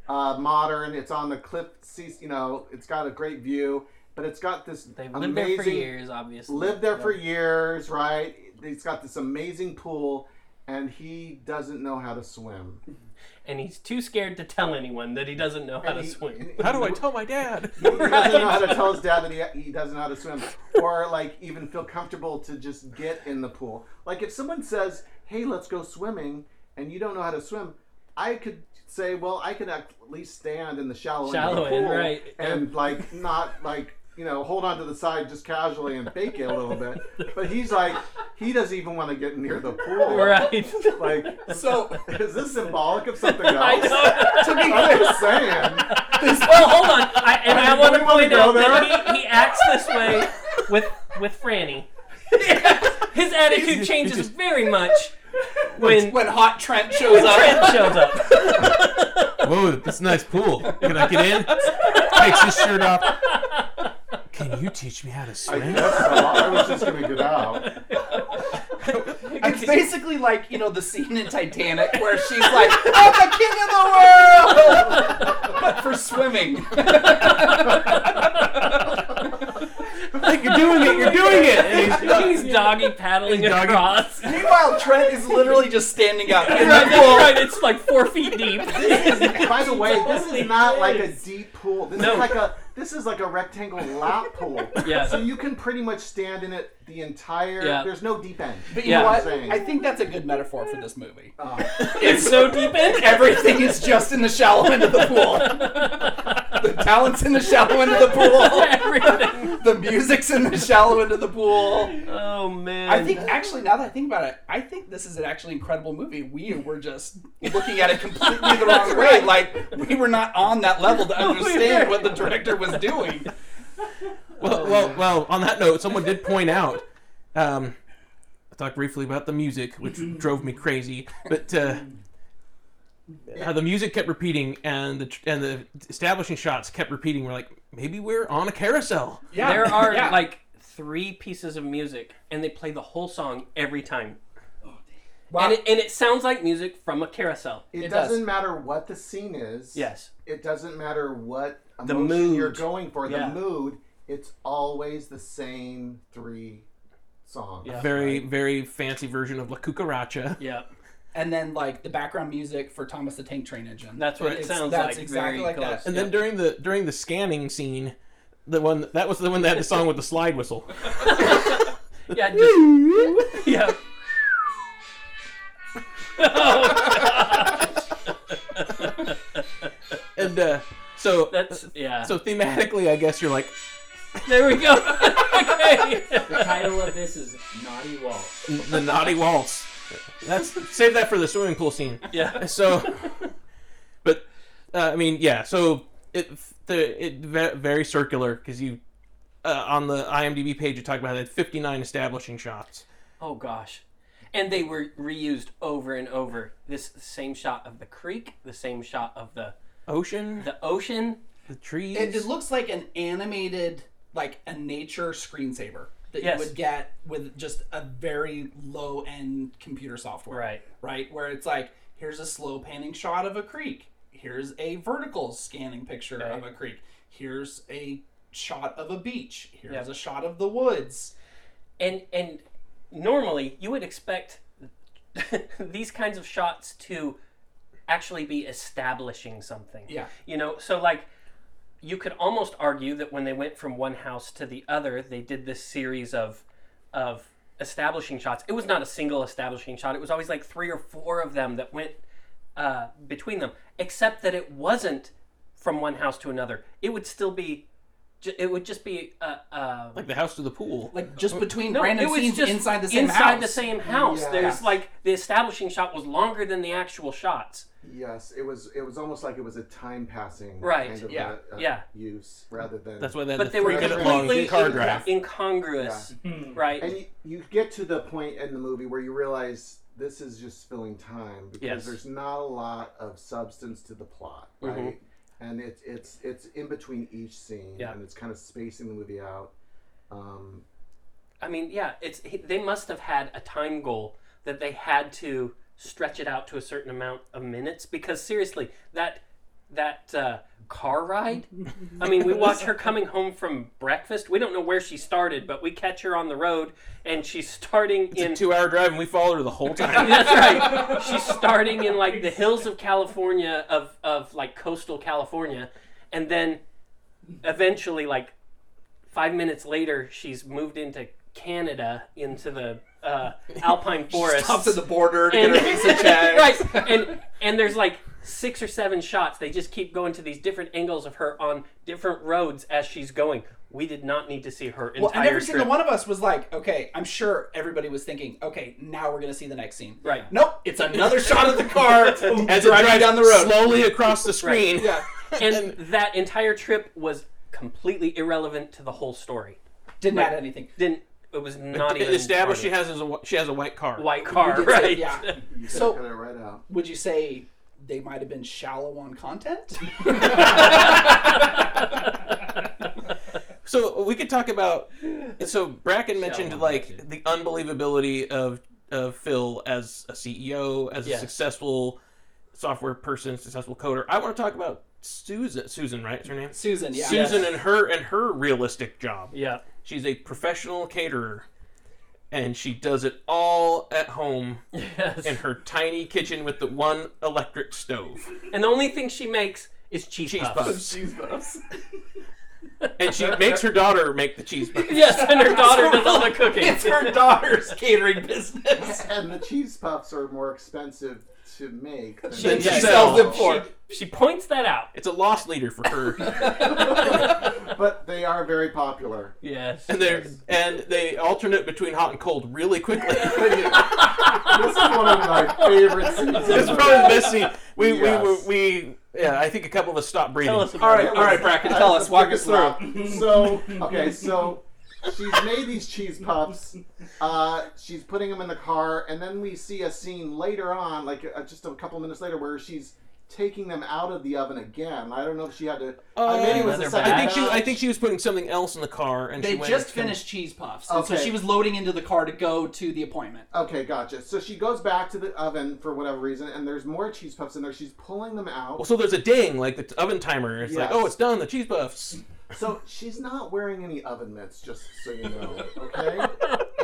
S2: uh, modern. It's on the cliff. seas- You know, it's got a great view, but it's got this
S6: They've lived
S2: amazing
S6: there for years, obviously.
S2: lived there for years, right? It's got this amazing pool, and he doesn't know how to swim.
S6: and he's too scared to tell anyone that he doesn't know how to
S2: He- [LAUGHS]
S6: swim. [LAUGHS]
S1: How do I tell my dad?
S2: He doesn't know how to tell his dad that he, he doesn't know how to swim, or like even feel comfortable to just get in the pool. Like if someone says, "Hey, let's go swimming," and you don't know how to swim, I could say, "Well, I could at least stand in the shallow, end,
S6: Shallow
S2: of the
S6: end,
S2: pool
S6: right.
S2: And like not like you know hold on to the side just casually and fake it a little bit." But he's like, he doesn't even want to get near the pool.
S6: Right. [LAUGHS]
S2: Like,
S9: So,
S2: [LAUGHS] is this symbolic of something else?
S6: I know.
S9: to be
S2: I'm
S9: clear,
S2: just saying.
S6: well, hold on. I, and I,
S2: I
S6: want to
S2: really wanna
S6: point
S2: go
S6: out
S2: there.
S6: that he, he acts this way with with Franny. His attitude changes very much when
S9: when Hot Trent shows up,
S6: Trent shows up.
S1: Whoa, this is a nice pool. Can I get in? Takes his shirt off. Can you teach me how to
S2: I
S1: swim?
S2: guess so. I was just gonna get out.
S1: I
S9: It's basically like you know the scene in Titanic where she's like, "I'm the king of the world," but for
S6: [LAUGHS]
S9: swimming.
S1: Like you're doing it, you're doing it. And he's-
S6: He's doggy paddling
S1: He's doggy-
S6: across.
S9: Meanwhile, Trent is literally just standing up in
S6: Right,
S9: the
S6: that's
S9: pool.
S6: [LAUGHS] right, it's like four feet deep.
S2: By the way, this
S6: Totally
S2: is not like a
S6: is.
S2: deep pool. This
S6: No.
S2: is like a this is like a rectangle lap pool.
S6: Yeah.
S2: So you can pretty much stand in it the entire.
S6: Yeah.
S2: There's no deep end.
S9: But you
S6: Yeah. Oh.
S9: know what?
S2: Insane.
S9: I think that's a good metaphor for this movie. [LAUGHS]
S6: It's so deep in.
S9: Everything is just in the shallow end of the pool. The talent's in the shallow end of the pool.
S6: [LAUGHS] Everything.
S9: The music's in the shallow end of the pool.
S6: [LAUGHS] Oh man.
S9: I think actually, now that I think about it, I think this is an actually incredible movie. We were just looking at it completely
S6: [LAUGHS]
S9: the wrong way. Like we were not on that level to understand what the director was
S6: [LAUGHS]
S9: doing.
S1: well, well, well. On that note, someone did point out. Um, I talked briefly about the music, which drove me crazy, but uh, how the music kept repeating and the tr- and the establishing shots kept repeating. We're like, maybe we're on a carousel.
S9: Yeah,
S6: there are
S9: yeah.
S6: like three pieces of music, and they play the whole song every time.
S9: Wow.
S6: And, it, and it sounds like music from a carousel.
S2: It,
S9: It does.
S2: doesn't matter what the scene is.
S6: Yes.
S2: It doesn't matter what
S6: The
S2: emotion you're
S6: mood.
S2: going for.
S6: Yeah.
S2: The mood. It's always the same three songs.
S6: Yeah.
S1: Very, very fancy version of La Cucaracha.
S6: Yeah,
S9: and then like the background music for Thomas the Tank Train Engine.
S6: that's what it
S9: It's-
S6: sounds
S9: that's
S6: like.
S9: exactly
S6: very
S9: like
S6: close.
S9: that.
S1: And then during the during the scanning scene, the one that was the one that had the song with the slide whistle.
S6: [LAUGHS] Yeah, just, yeah.
S1: [LAUGHS] And uh, so
S6: That's yeah.
S1: so thematically, I guess you're like,
S6: there we go. [LAUGHS] okay.
S8: The title of this is Naughty Waltz.
S1: the naughty waltz. That's save that for the swimming pool scene.
S6: Yeah. [LAUGHS]
S1: So, but uh, I mean, yeah. So it the it ve- very circular because you uh, on the IMDb page you talk about it. Fifty nine establishing shots.
S6: Oh gosh. And they were reused over and over. This same shot of the creek, the same shot of the
S1: Ocean,
S6: the ocean.
S1: the trees.
S9: It, it looks like an animated, like a nature screensaver that
S6: Yes.
S9: you would get with just a very low end computer software.
S6: Right.
S9: Right? Where it's like, here's a slow panning shot of a creek. Here's a vertical scanning picture of a creek. Here's a shot of a beach. Here's
S6: Yep.
S9: a shot of the woods.
S6: and and normally you would expect [LAUGHS] these kinds of shots to actually be establishing something
S9: Yeah.
S6: you know so like you could almost argue that when they went from one house to the other they did this series of of establishing shots it was not a single establishing shot it was always like three or four of them that went uh, between them except that it wasn't from one house to another it would still be ju- it would just be uh, uh,
S1: like the house to the pool.
S9: Like just between
S6: no,
S9: random
S6: it was
S9: scenes
S6: just
S9: inside the same
S6: inside
S9: house.
S6: the same house. There's like the establishing shot was longer than the actual shots.
S2: Yes. It was. It was almost like it was a time passing.
S6: Right,
S2: Kind of
S9: yeah,
S2: A, a
S6: yeah.
S2: Use rather than.
S1: That's why they had
S6: But
S1: the
S6: they were
S1: three minute
S6: completely
S1: long car
S6: in-
S1: drive.
S6: incongruous,
S9: Hmm.
S6: right?
S2: And you, you get to the point in the movie where you realize this is just filling time because
S6: Yes. Mm-hmm.
S2: there's not a lot of substance to the plot, right? And it's it's it's in between each scene,
S6: Yeah.
S2: and it's kind of spacing the movie out. Um,
S6: I mean, yeah, it's he- they must have had a time goal that they had to stretch it out to a certain amount of minutes because seriously, that that uh, car ride. I mean, we watch her coming home from breakfast. We don't know where she started, but we catch her on the road and she's starting in
S1: Two hour drive, and we followed her the whole
S6: [LAUGHS]
S1: time.
S6: That's
S9: [LAUGHS]
S6: right. She's starting in like the hills of California, of of like coastal California, and then eventually, like five minutes later, she's moved into Canada, into the uh,
S9: [LAUGHS]
S6: alpine forest.
S9: Up to the border to
S6: and,
S9: get her visa checked.
S6: [LAUGHS] right, and and there's like six or seven shots. They just keep going to these different angles of her on different roads as she's going. We did not need to see her entire
S9: Well, and every
S6: trip.
S9: single one of us was like, okay, I'm sure everybody was thinking, okay, now we're gonna see the next scene.
S6: Right.
S9: Nope, it's another shot of the
S6: [LAUGHS]
S1: [LAUGHS]
S9: car
S1: As
S9: as
S1: it
S9: driving
S1: drives
S9: down the road.
S1: slowly across the screen.
S9: Yeah.
S1: [LAUGHS]
S6: and that entire trip was completely irrelevant to the whole story.
S9: Didn't add anything.
S6: didn't it was not
S1: It
S6: even
S1: established she
S6: part
S1: has a wh- she has a white car.
S6: of it. [LAUGHS] white car,
S9: We did say,
S6: right?
S9: yeah.
S2: you gotta
S9: So-
S2: cut it right out.
S9: Would you say they might have been shallow on
S6: [LAUGHS]
S9: content?
S1: So we could talk about. So Bracken mentioned like the unbelievability of of Phil as a CEO, as a
S6: Yes.
S1: successful software person, successful coder. I want to talk about Susan. Susan, right? Is her name?
S7: Susan, yeah.
S1: Susan and her and her realistic job.
S6: Yeah.
S1: She's a professional caterer, and she does it all at home
S6: Yes.
S1: in her tiny kitchen with the one electric stove.
S6: And the only thing she makes is cheese,
S1: Cheese
S6: puffs.
S9: [LAUGHS]
S1: puffs.
S7: Cheese puffs.
S1: And she makes her daughter make the cheese
S6: [LAUGHS]
S1: puffs.
S6: [LAUGHS] Yes, and her daughter does all the cooking.
S7: It's her daughter's catering business.
S2: And the cheese puffs are more expensive to make than
S1: Then
S7: And she
S1: she
S7: sells them
S1: sells.
S7: for.
S6: She points that out.
S1: It's a loss leader for her.
S2: [LAUGHS] but they are very popular.
S6: Yes.
S1: And they and they alternate between hot and cold
S7: [LAUGHS]
S1: really quickly.
S2: This is one of my favorite
S1: It's
S2: seasons.
S1: probably the best scene. We
S2: Yes.
S1: we, were, we yeah. I think a couple of us stopped breathing.
S6: Tell us about
S7: All right,
S6: it.
S7: all right, Bracken, tell us. Walk us through.
S2: So okay, so she's made these cheese puffs. Uh, she's putting them in the car, and then we see a scene later on, like uh, just a couple minutes later, where she's taking them out of the oven again. I don't know if she had to. I mean, it was the
S6: they're
S2: second
S1: Oh, I think she
S2: batch.
S1: I think she was putting something else in the car and
S7: They
S1: she went
S7: just
S1: and-
S7: finished cheese puffs, and so
S2: Okay.
S7: she was loading into the car to go to the appointment.
S2: Okay, gotcha. So she goes back to the oven for whatever reason, and there's more cheese puffs in there. She's pulling them out.
S1: Well, so there's a ding like the t- oven timer. It's like
S2: Yes.
S1: oh, it's done. The cheese puffs. [LAUGHS]
S2: So she's not wearing any oven mitts, just so you know, okay?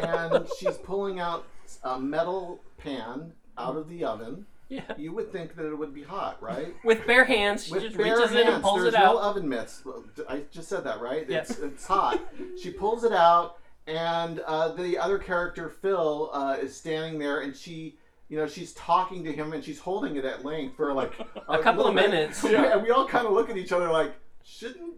S2: and she's pulling out a metal pan out of the oven.
S6: Yeah.
S2: You would think that it would be hot, right?
S6: With bare hands, she
S2: With
S6: just
S2: bare
S6: reaches in and
S2: hands,
S6: pulls
S2: there's
S6: it out.
S2: no oven mitts. I just said that, right?
S6: Yeah.
S2: It's, it's hot. She pulls it out, and uh, the other character, Phil, uh, is standing there, and she, you know, she's talking to him, and she's holding it at length for like
S6: [LAUGHS] A couple
S2: little
S6: of
S2: bit.
S6: minutes.
S2: Yeah, and we all kind of look at each other like, shouldn't,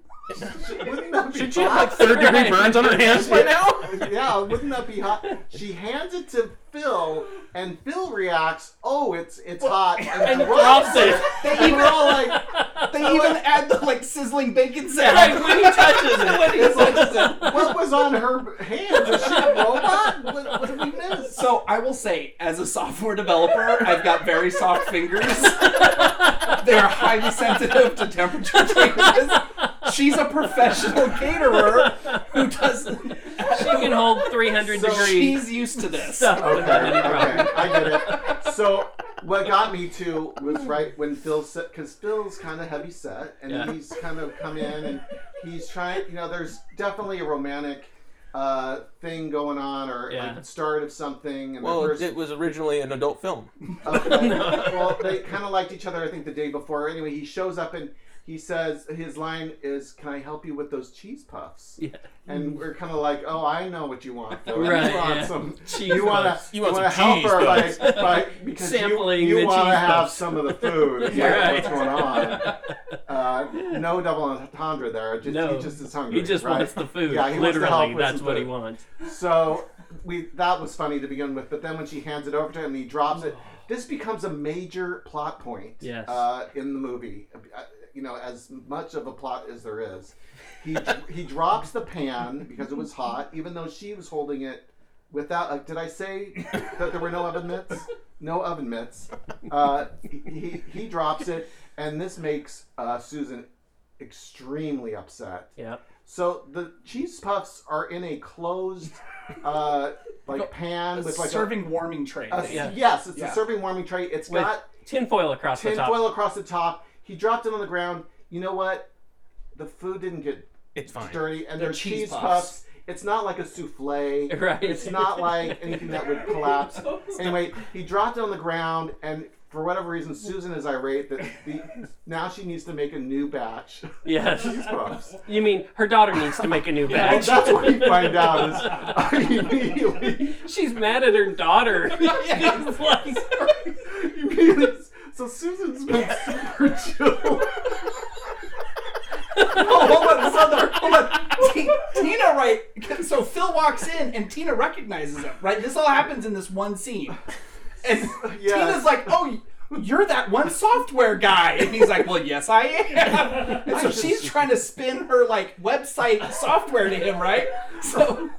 S2: should, wouldn't that be
S1: Did she have
S2: hot?
S1: like
S2: [LAUGHS]
S1: third degree burns on her hands by now?
S2: yeah, wouldn't that be hot? She hands it to Phil, and Phil reacts, "Oh, it's it's hot,"
S6: [LAUGHS]
S2: and, drops it. And we're all like,
S7: They even add the like sizzling bacon
S6: [LAUGHS] Right,
S7: salad.
S6: when he touches it.
S2: it's
S9: [LAUGHS]
S2: like, "What was on her hands? Is she a robot? What, what did we miss?"
S6: [LAUGHS]
S7: So I will say, as a software developer, I've got very soft fingers. They're highly sensitive to temperature changes. She's a professional caterer who does.
S6: She can hold 300 degrees.
S7: She's used to this.
S6: stuff without
S2: Okay,
S6: any problem.
S2: okay, I get it. So what got me to was right when Phil said because Phil's kind of heavy set and
S6: Yeah.
S2: he's kind of come in and he's trying. You know, there's definitely a romantic uh, thing going on or
S6: Yeah.
S2: like the start of something. And
S1: Well,
S2: the
S1: it,
S2: first,
S1: it was originally an adult film.
S6: [LAUGHS]
S2: okay. well, they kind of liked each other. I think the day before. Anyway, he shows up and. He says his line is, "Can I help you with those cheese puffs?"
S6: Yeah.
S2: And we're kind of like, "Oh, I know what you want. Though.
S6: Right,
S2: You want
S6: yeah.
S2: some
S6: Cheese
S2: you want
S6: puffs.
S2: to you want
S1: some
S2: to help
S1: cheese
S2: her by, by because
S6: Sampling
S2: you,
S6: the
S2: you want
S6: cheese
S2: to have
S6: puffs.
S2: some of the food.
S6: [LAUGHS]
S2: It's like,
S6: Right.
S2: What's going on?
S6: [LAUGHS]
S2: Uh, no double entendre there. Just,
S6: No.
S2: he just is hungry.
S6: [LAUGHS] He just
S2: right?
S6: wants the food.
S2: Yeah, he wants to
S6: Literally,
S2: help with
S6: that's
S2: some
S6: what he
S2: food.
S6: wants.
S2: So we that was funny to begin with, but then when she hands it over to him, he drops it. This becomes a major plot point
S6: Yes.
S2: uh, in the movie. Uh, You know, as much of a plot as there is, he he drops the pan because it was hot, even though she was holding it without. Uh, did I say that there were no oven mitts? No oven mitts. Uh, he, he he drops it, and this makes uh, Susan extremely upset.
S6: Yeah.
S2: So the cheese puffs are in a closed, uh, like pan with like
S7: serving warming tray.
S2: a,
S7: [LAUGHS]
S2: a-
S6: yeah.
S2: yes, it's
S7: Yeah.
S2: a serving warming tray. It's
S6: With
S2: got
S6: tinfoil across the
S2: [LAUGHS]
S6: top.
S2: tinfoil across the top. He dropped it on the ground. You know what? The food didn't get
S1: It's fine.
S2: dirty, and
S7: They're
S2: they're
S7: cheese
S2: cheese,
S7: puffs.
S2: puffs. It's not like a souffle.
S6: Right.
S2: It's not like anything that would collapse. Anyway, he dropped it on the ground, and for whatever reason, Susan is irate that the, now she needs to make a new batch of
S6: Yes.
S2: cheese puffs.
S6: You mean her daughter needs to make
S2: [LAUGHS]
S6: a new
S2: And
S6: batch?
S2: that's what
S6: [LAUGHS]
S2: you find out is I immediately,
S6: She's mad at
S2: [LAUGHS]
S6: her daughter. [LAUGHS] She's like,
S2: immediately. So Susan's been super chill.
S7: Oh, hold on, this other, hold on. T- Tina, right? So Phil walks in and Tina recognizes him, right? This all happens in this one scene. And
S9: [LAUGHS]
S7: Tina's like, oh, you're that one software guy. And he's like, well, yes, I
S9: [LAUGHS]
S7: am. And so she's trying to spin her, like, website software to him, right? So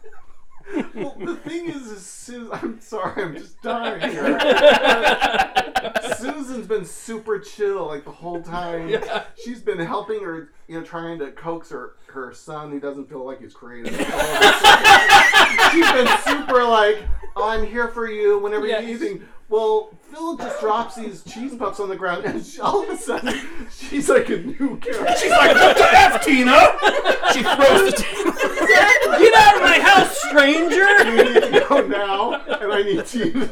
S2: well, the thing is, is Susan, I'm sorry, I'm just dying [LAUGHS] here. But Susan's been super chill like the whole time. She's been helping her, you know, trying to coax her her son who doesn't feel like he's [LAUGHS] creative. She's been super like, oh, I'm here for you whenever you need anything. Well, Phil just drops these cheese puffs on the ground, and she, all of a sudden, she's like a new character. She's like,
S9: What the F, Tina?
S1: She throws the table.
S6: Get out of my
S9: [LAUGHS]
S6: house, stranger!
S2: I need to go now, and I need Tina.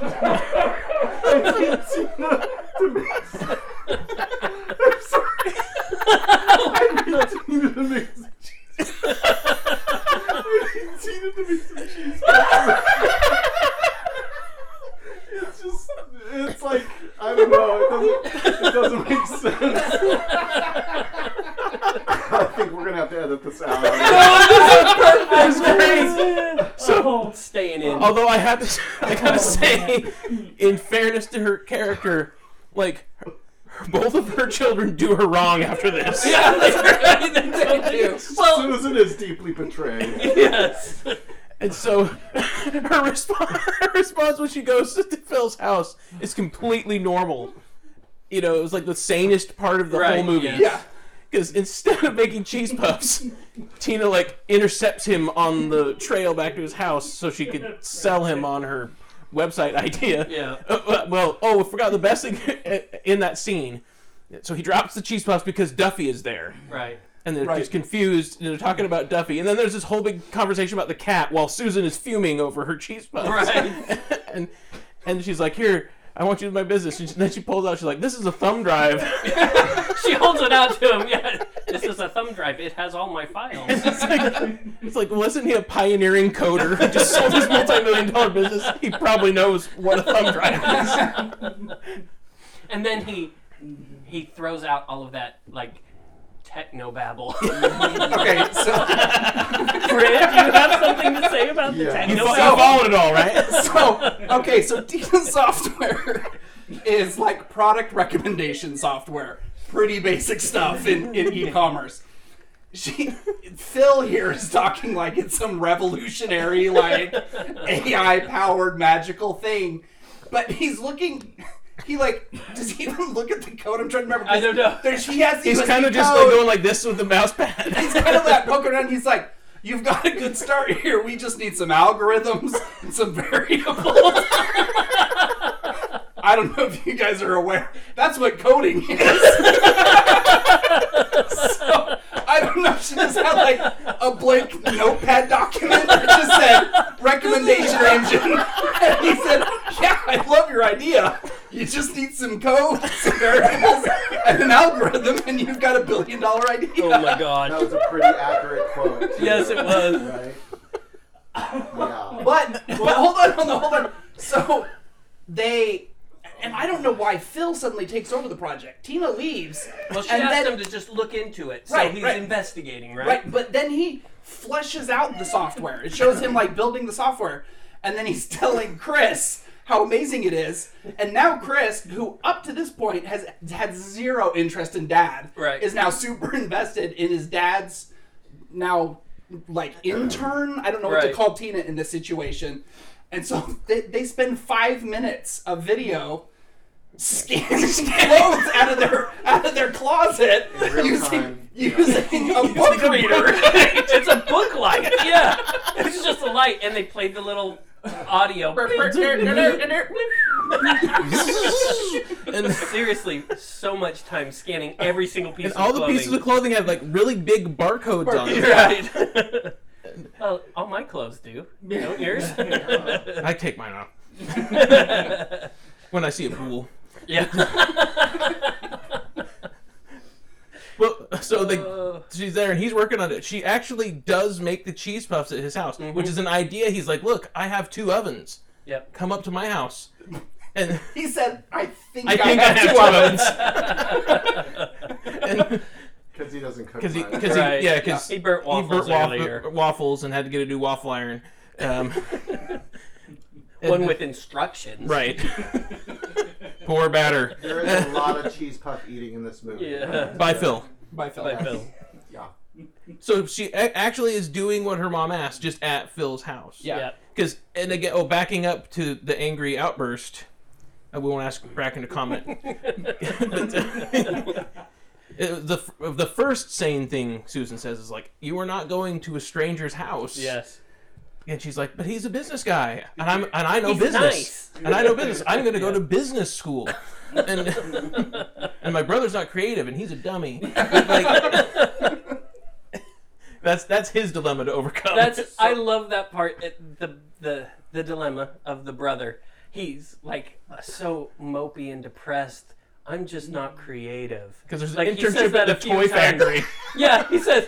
S2: I need Tina to make. I'm sorry. I need Tina to make some cheese. I need Tina to make some cheese. It's just, it's like, I don't know. It doesn't, it doesn't make sense. I think we're gonna have to edit this out.
S6: So Oh, staying in.
S1: Although I have
S6: [LAUGHS]
S1: to, I gotta say, in fairness to her character, like her- both of her children do her wrong after this. Yeah.
S6: [LAUGHS]
S2: Susan is deeply betrayed.
S6: yes.
S1: And so her response, [LAUGHS] her response when she goes to Phil's house is completely normal. You know, it was like the sanest part of the
S6: Right,
S1: whole movie.
S6: yes.
S9: Yeah.
S1: Because instead of making cheese puffs,
S9: [LAUGHS]
S1: Tina like intercepts him on the trail back to his house so she could sell him on her website idea.
S6: Yeah.
S1: Uh, uh, well, oh, I forgot the best thing [LAUGHS] in that scene. So he drops the cheese puffs because Duffy is there,
S6: Right.
S1: and they're
S9: Right.
S1: just confused. And they're talking about Duffy, and then there's this whole big conversation about the cat while Susan is fuming over her cheese puffs.
S6: Right.
S1: [LAUGHS] and and she's like, "Here, I want you to do my business." And then she pulls out. She's like, "This is a thumb drive." [LAUGHS]
S6: [LAUGHS] She holds it out to him. Yeah. This is a thumb drive. It has all my files.
S1: It's like, it's like, wasn't he a pioneering coder who just sold his multi-million dollar business? He probably knows what a thumb drive
S9: [LAUGHS]
S1: is.
S6: And then he he throws out all of that like techno babble. Brad,
S9: Okay,
S7: [LAUGHS]
S9: so
S6: do you have something to say about the
S2: Yeah.
S1: You,
S6: techno
S1: fo- you
S6: babble?
S1: followed it all, right?
S9: [LAUGHS] so okay, so Tina software [LAUGHS] is like product recommendation software. Pretty basic stuff in,
S6: [LAUGHS]
S9: in e-commerce. She Phil here is talking like it's some revolutionary like AI powered magical thing. But he's looking he like does he even look at the code? I'm trying to remember. 'cause
S6: I don't know.
S9: There's, he has the
S1: He's
S9: USB
S1: kind of just
S9: code.
S1: like going like this with the mouse pad.
S9: [LAUGHS] he's kind of like poking around. He's like, "You've got a good start here. We just need some algorithms and some variables." [LAUGHS] I don't know if you guys are aware. That's what coding is. [LAUGHS] so I don't know. She just had like a blank notepad document that just said recommendation engine. And he said, Yeah, I love your idea. You just need some code, some variables, and an algorithm, and you've got a billion dollar idea.
S6: Oh my
S2: That
S6: god.
S2: was a pretty accurate quote.
S6: Yes, it was. [LAUGHS]
S2: Right? Yeah.
S9: But but hold on, hold on, hold on. So they and I don't know why Phil suddenly takes over the project. Tina leaves.
S6: Well, she
S9: and
S6: asked
S9: then,
S6: him to just look into it, so
S9: Right,
S6: he's
S9: right.
S6: investigating, right?
S9: right, but then he fleshes out the software. It shows him like building the software, and then he's [LAUGHS] telling Chris how amazing it is. And now Chris, who up to this point has had zero interest in dad,
S6: Right.
S9: is now super [LAUGHS] invested in his dad's now like intern. I don't know what to
S6: Right.
S9: call Tina in this situation. And so they, they spend five minutes of video scanning clothes out of their out of their closet
S2: real
S9: using
S2: time.
S9: using a book reader.
S6: it's a book light. Yeah, it's just a light, and they played the little audio.
S1: [LAUGHS] And-
S6: Seriously, so much time scanning every single piece.
S1: And
S6: of
S1: all the
S6: clothing.
S1: pieces of clothing have like really big barcodes on them.
S6: Right. [LAUGHS] well, all my clothes do. No yours. [LAUGHS]
S1: I take mine off when I see a pool.
S6: yeah.
S1: Well, so they,
S6: Uh.
S1: she's there and he's working on it. She actually does make the cheese puffs at his house, which is an idea. He's like, "Look, I have two ovens.
S6: Mm-hmm. yep.
S1: Come up to my house."
S9: [LAUGHS]
S1: And
S9: He said, "I think I,
S1: I think
S9: have two ovens."
S1: ovens.
S2: Because he doesn't cook.
S1: Because he,
S2: much.
S1: cause he,
S6: Right.
S1: yeah, because
S6: He burnt
S1: he
S6: waffles
S1: burnt waff-
S6: earlier.
S1: waffles and had to get a new waffle iron.
S6: [LAUGHS]
S1: Um,
S6: One with instructions.
S1: [LAUGHS] right.
S8: [LAUGHS]
S1: Poor batter.
S2: There is a lot of cheese puff eating in this movie.
S6: Yeah.
S1: Bye, Phil.
S9: By Phil.
S6: By Phil.
S2: Yeah.
S1: So she a- actually is doing what her mom asked, just at Phil's house.
S9: Yeah.
S1: Because and again, oh, backing up to the angry outburst, uh, we won't ask Bracken to comment. [LAUGHS] but, uh, [LAUGHS] it- the f- the first sane thing Susan says is like, "You are not going to a stranger's [LAUGHS] house."
S6: Yes.
S1: And she's like, "But he's a business guy, and I'm and I know
S6: He's
S1: business,
S6: nice."
S1: and I know business. I'm going to go to business school, and [LAUGHS] and my brother's not creative, and he's a dummy. [LAUGHS] Like, [LAUGHS] that's that's his dilemma to overcome. [LAUGHS]
S6: That's I love that part. It, the the the dilemma of the brother. He's like so mopey and depressed. I'm just not creative.
S1: because there's
S6: Like,
S1: an
S6: he says
S1: internship at
S6: that a
S1: the
S6: few
S1: toy
S6: times.
S1: factory.
S6: [LAUGHS] Yeah, he says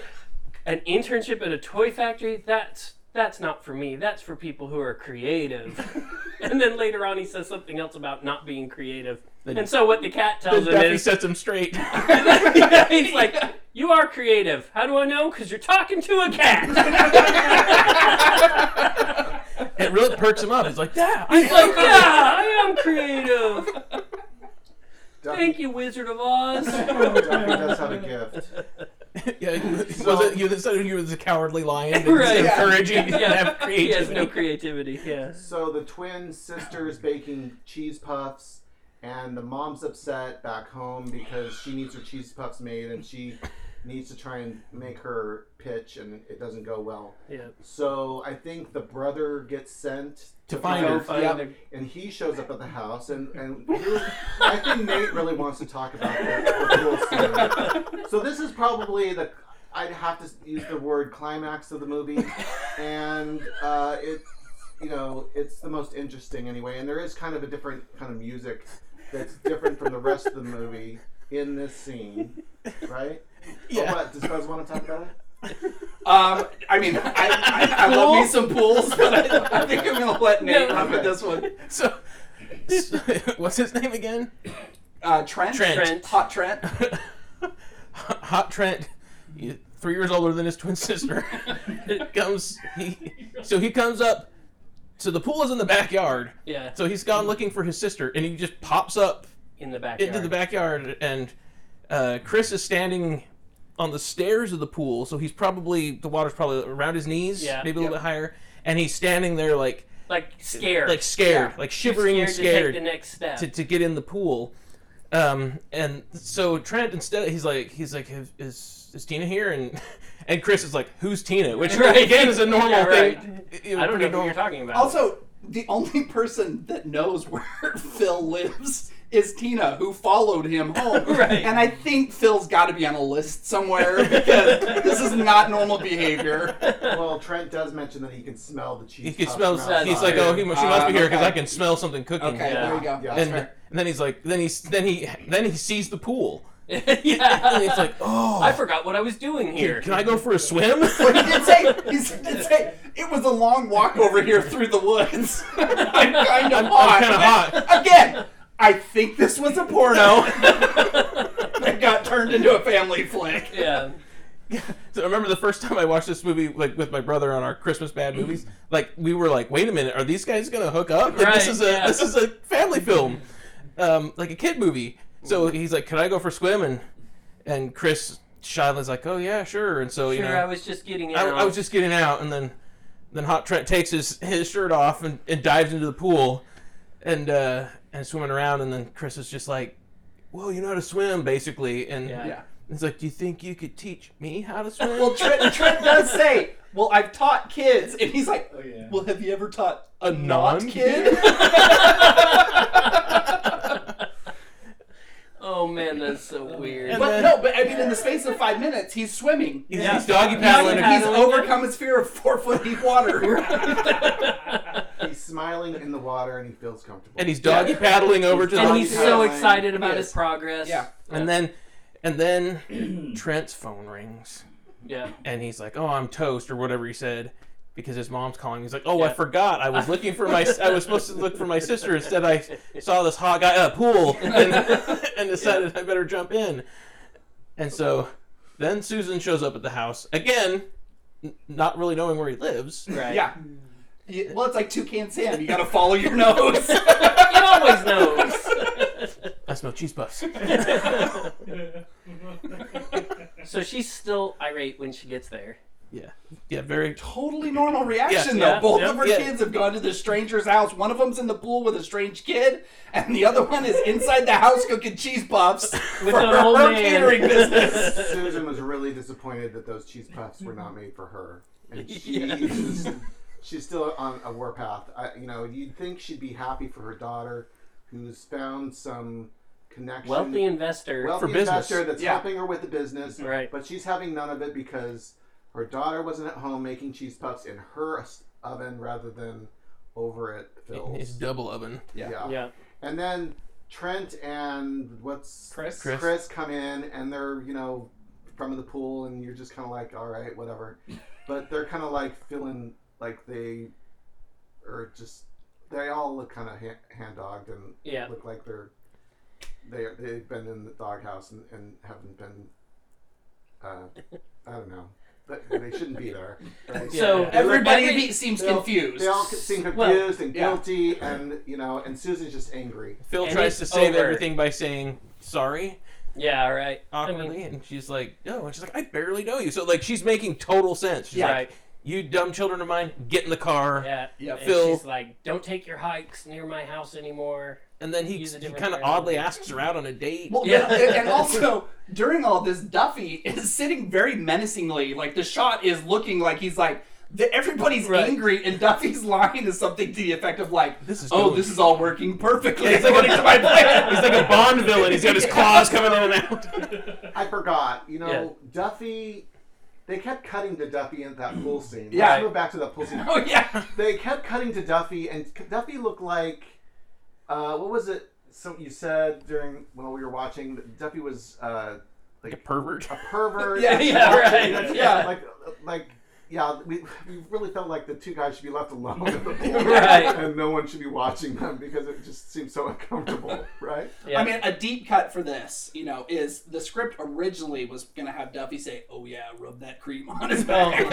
S6: an internship at a toy factory. That's that's not for me. That's for people who
S1: [LAUGHS]
S6: are creative. and then later on, he says something else about not being creative. And so what the cat tells him
S1: Daffy
S6: is,
S1: sets him straight.
S6: [LAUGHS] he's like, "You are creative. How do I know? Because you're talking to
S1: [LAUGHS]
S6: a cat."
S1: [LAUGHS] It really perks him up. He's like, yeah, [LAUGHS] I
S6: He's like, "Yeah, I am creative."
S2: Duffy,
S6: Thank you, Wizard of Oz. [LAUGHS]
S2: Duffy does have a gift.
S1: Yeah, was it you that said you were the cowardly
S6: [LAUGHS]
S1: lion? That
S6: Right. Yeah.
S1: Encouraging you to
S6: Yeah.
S1: have
S6: he has
S1: creativity.
S6: no creativity. Yeah.
S2: So the twin sisters baking cheese puffs, and the mom's upset back home because she needs her cheese puffs made, and she needs to try and make her pitch, and it doesn't go well.
S6: Yeah.
S2: So I think the brother gets sent
S1: To find
S2: go
S1: her.
S2: Yep. and he shows up at the house, and and [LAUGHS] here- I think Nate really wants to talk about that. Scene. So this is probably the I'd have to use the word climax of the movie, and uh, it you know it's the most interesting anyway, and there is kind of a different kind of music that's different from the rest of the movie in this scene, right?
S1: Yeah.
S2: Oh, what, does guys want to talk about it?
S9: Um, I mean, I, I, I love me some pools, but I, I think I'm gonna let Nate
S6: No.
S9: run with this one.
S1: So, [LAUGHS] what's his name again?
S9: Uh, Trent,
S1: Trent.
S6: Trent.
S9: hot Trent.
S1: Hot Trent, he- three years older than his twin sister, [LAUGHS] comes. He, so he comes up. So the pool is in the backyard.
S6: Yeah.
S1: So he's gone looking for his sister, and he just pops up
S6: In the backyard.
S1: into the backyard, and uh, Chris is standing on the stairs of the pool. So he's probably the water's probably around his knees,
S6: Yeah.
S1: maybe a little bit higher, and he's standing there like
S6: Like scared.
S1: like scared,
S6: Yeah.
S1: like shivering and
S6: Scared To
S1: scared
S6: take the next step.
S1: to, to get in the pool. Um, and so Trent instead he's like he's like "Is- is is Tina here and [LAUGHS] and Chris is like who's Tina which
S6: Right.
S1: again is a normal
S6: Yeah, right.
S1: thing.
S6: I don't know what you're
S1: [LAUGHS]
S6: talking about.
S9: Also, the only person that knows where [LAUGHS] Phil lives is Tina, who followed
S1: [LAUGHS]
S9: him home.
S6: Right.
S9: And I think Phil's got to be on a list somewhere because this is not normal behavior.
S2: Well, Trent does mention that he can smell the cheese.
S1: He can
S2: puffs
S1: smell.
S2: from outside.
S1: He's like, oh, he, mu- she must be
S9: Um,
S1: here because
S9: okay.
S1: I can smell something cooking.
S9: Okay,
S6: Yeah.
S9: there you go.
S2: Yeah.
S1: And,
S9: That's
S1: and
S9: fair.
S1: then he's like, then he's then he then he sees the pool. And
S6: yeah.
S1: he's like, oh,
S6: I forgot what I was doing here.
S1: can, can I go for a swim? [LAUGHS]
S9: But he did say, he did say, it was a long walk over here through the woods. [LAUGHS] I'm kind of hot.
S1: I'm kind of hot.
S9: Again, I think this was a porno [LAUGHS] that got turned into a family flick.
S6: yeah.
S1: So I remember the first time I watched this movie, like with my brother on our Christmas bad movies. Like we were like, wait a minute, are these guys gonna hook up? Like,
S6: Right,
S1: this is a
S6: yeah.
S1: this is a family film, um, like a kid movie. So he's like, can I go for a swim? And and Chris Shadley's like, oh yeah, sure. And so you
S6: Sure,
S1: know,
S6: I was just getting
S1: I,
S6: out.
S1: I was just getting out, and then then Hot Trent takes his, his shirt off and, and dives into the pool, and uh, and swimming around, and then Chris is just like, "Whoa, you know how to swim?" Basically, and
S6: Yeah. Yeah.
S1: he's like, "Do you think you could teach me how to swim?"
S9: Well, Trent, Trent does say, well, I've taught kids. And he's like, well, have you ever taught a not
S1: non-kid?
S9: kid?
S6: oh man, that's so
S1: [LAUGHS]
S6: weird.
S1: And
S9: But
S1: then-
S9: no, but I mean, in the space of five minutes, he's swimming.
S1: he's, he's doggy paddling.
S6: Yeah.
S9: He's overcome his fear of four foot
S1: [LAUGHS]
S9: deep water.
S2: He's smiling in the water and he feels comfortable.
S1: And he's doggy paddling over to
S6: and
S1: the
S6: he's
S2: Yeah.
S6: so excited about
S9: Yes.
S6: his progress.
S9: Yeah.
S1: and then and
S6: [CLEARS THROAT]
S1: then Trent's phone rings,
S6: Yeah.
S1: and he's like, "Oh, I'm toast," or whatever he said. Because his mom's calling, he's like, "Oh, I
S6: Yeah.
S1: forgot. I was looking for my. I was supposed to look for my sister. Instead, I saw this hot guy at a pool [LAUGHS] and, and decided I better jump in." And so, then Susan shows up at the house again, n- not really knowing where he lives.
S6: Right.
S9: Yeah. Yeah, Well, it's like toucan Sam. You gotta follow your nose. [LAUGHS]
S6: He always knows. [LAUGHS]
S1: I smell cheese puffs.
S6: so So she's still irate when she gets there.
S1: Yeah. Yeah, very.
S9: Totally normal reaction
S1: Yeah,
S9: though.
S1: yeah,
S9: Both
S1: yeah,
S9: of her
S1: yeah.
S9: kids have gone to this stranger's house. One of them's in the pool with a strange kid, and the other one is inside the house cooking cheese
S1: [LAUGHS]
S9: puffs
S6: With
S9: for
S6: an old
S9: her
S6: man.
S9: catering business.
S2: Susan was really disappointed that those cheese puffs were not made for her,
S1: [LAUGHS]
S2: and she is- she's still on a warpath. I, you know, you'd think she'd be happy for her daughter, who's found some connection,
S6: Wealthy investor.
S2: wealthy
S1: For business.
S2: investor that's
S9: Yeah.
S2: helping her with the business,
S6: Right.
S2: But she's having none of it because her daughter wasn't at home making cheese puffs in her s- oven rather than over at
S1: It's
S2: Phil's.
S1: double oven.
S2: Yeah.
S6: yeah.
S2: And then Trent and what's
S9: Chris?
S1: Chris.
S2: Chris come in and they're, you know, from the pool and you're just kind of like, all right, whatever. But they're kind of like feeling like they are just, they all look kind of ha- hand dogged and
S6: Yeah.
S2: look like they're, they, they've been in the doghouse and, and haven't been, uh, I don't know. But they shouldn't be there. right?
S6: So
S9: Everybody
S6: every-
S9: be- seems
S2: They all-
S9: confused.
S2: They all seem confused
S6: Well,
S2: and
S9: yeah.
S2: guilty, and you know, and Susan's just angry.
S1: Phil
S6: And
S1: tries
S6: it's
S1: to save
S6: over.
S1: everything by saying sorry
S6: Yeah, all right. I
S1: awkwardly,
S6: mean,
S1: and she's like, "No," and she's like, "I barely know you." So like, she's making total sense. She's
S9: Yeah.
S1: like,
S6: right.
S1: "You dumb children of mine, get in the car."
S6: Yeah.
S9: Yeah,
S6: And
S1: Phil-
S6: she's like, "Don't take your hikes near my house anymore."
S1: And then he,
S6: Use a
S1: he
S6: different
S1: kind of
S6: brand.
S1: oddly asks her out on a date.
S9: Well,
S6: Yeah.
S9: but- and and also during all this, Duffy is sitting very menacingly. Like the shot is looking like he's like the, everybody's
S6: Right.
S9: angry, and Duffy's [LAUGHS] line is something to the effect of like,
S1: This is
S9: oh,
S1: going-
S9: this is all working perfectly.
S1: It's like a-
S9: according to my
S1: [LAUGHS]
S9: plan."
S1: He's like a
S6: [LAUGHS]
S1: Bond villain. He's got his claws coming in and out.
S2: I forgot. You know, Duffy. They kept cutting to Duffy in that pool scene. Let's
S9: Yeah.
S2: go back to that pool
S9: [LAUGHS]
S2: scene.
S9: [LAUGHS] oh yeah,
S2: They kept cutting to Duffy, and Duffy looked like. Uh, what was it? Some you said during while we were watching. that Duffy was uh,
S1: Like a pervert.
S2: a pervert.
S9: Yeah,
S2: [LAUGHS]
S9: yeah,
S6: right,
S2: That's-
S9: yeah.
S2: Like, like, yeah. We, we really felt like the two guys should be left alone, in the pool,
S6: Right.
S2: And no one should be watching them because it just seems so uncomfortable, [LAUGHS] right?
S6: Yeah.
S9: I mean, a deep cut for this, you know, is the script originally was gonna have Duffy say, "Oh yeah, rub that cream on
S6: Oh,
S9: his back."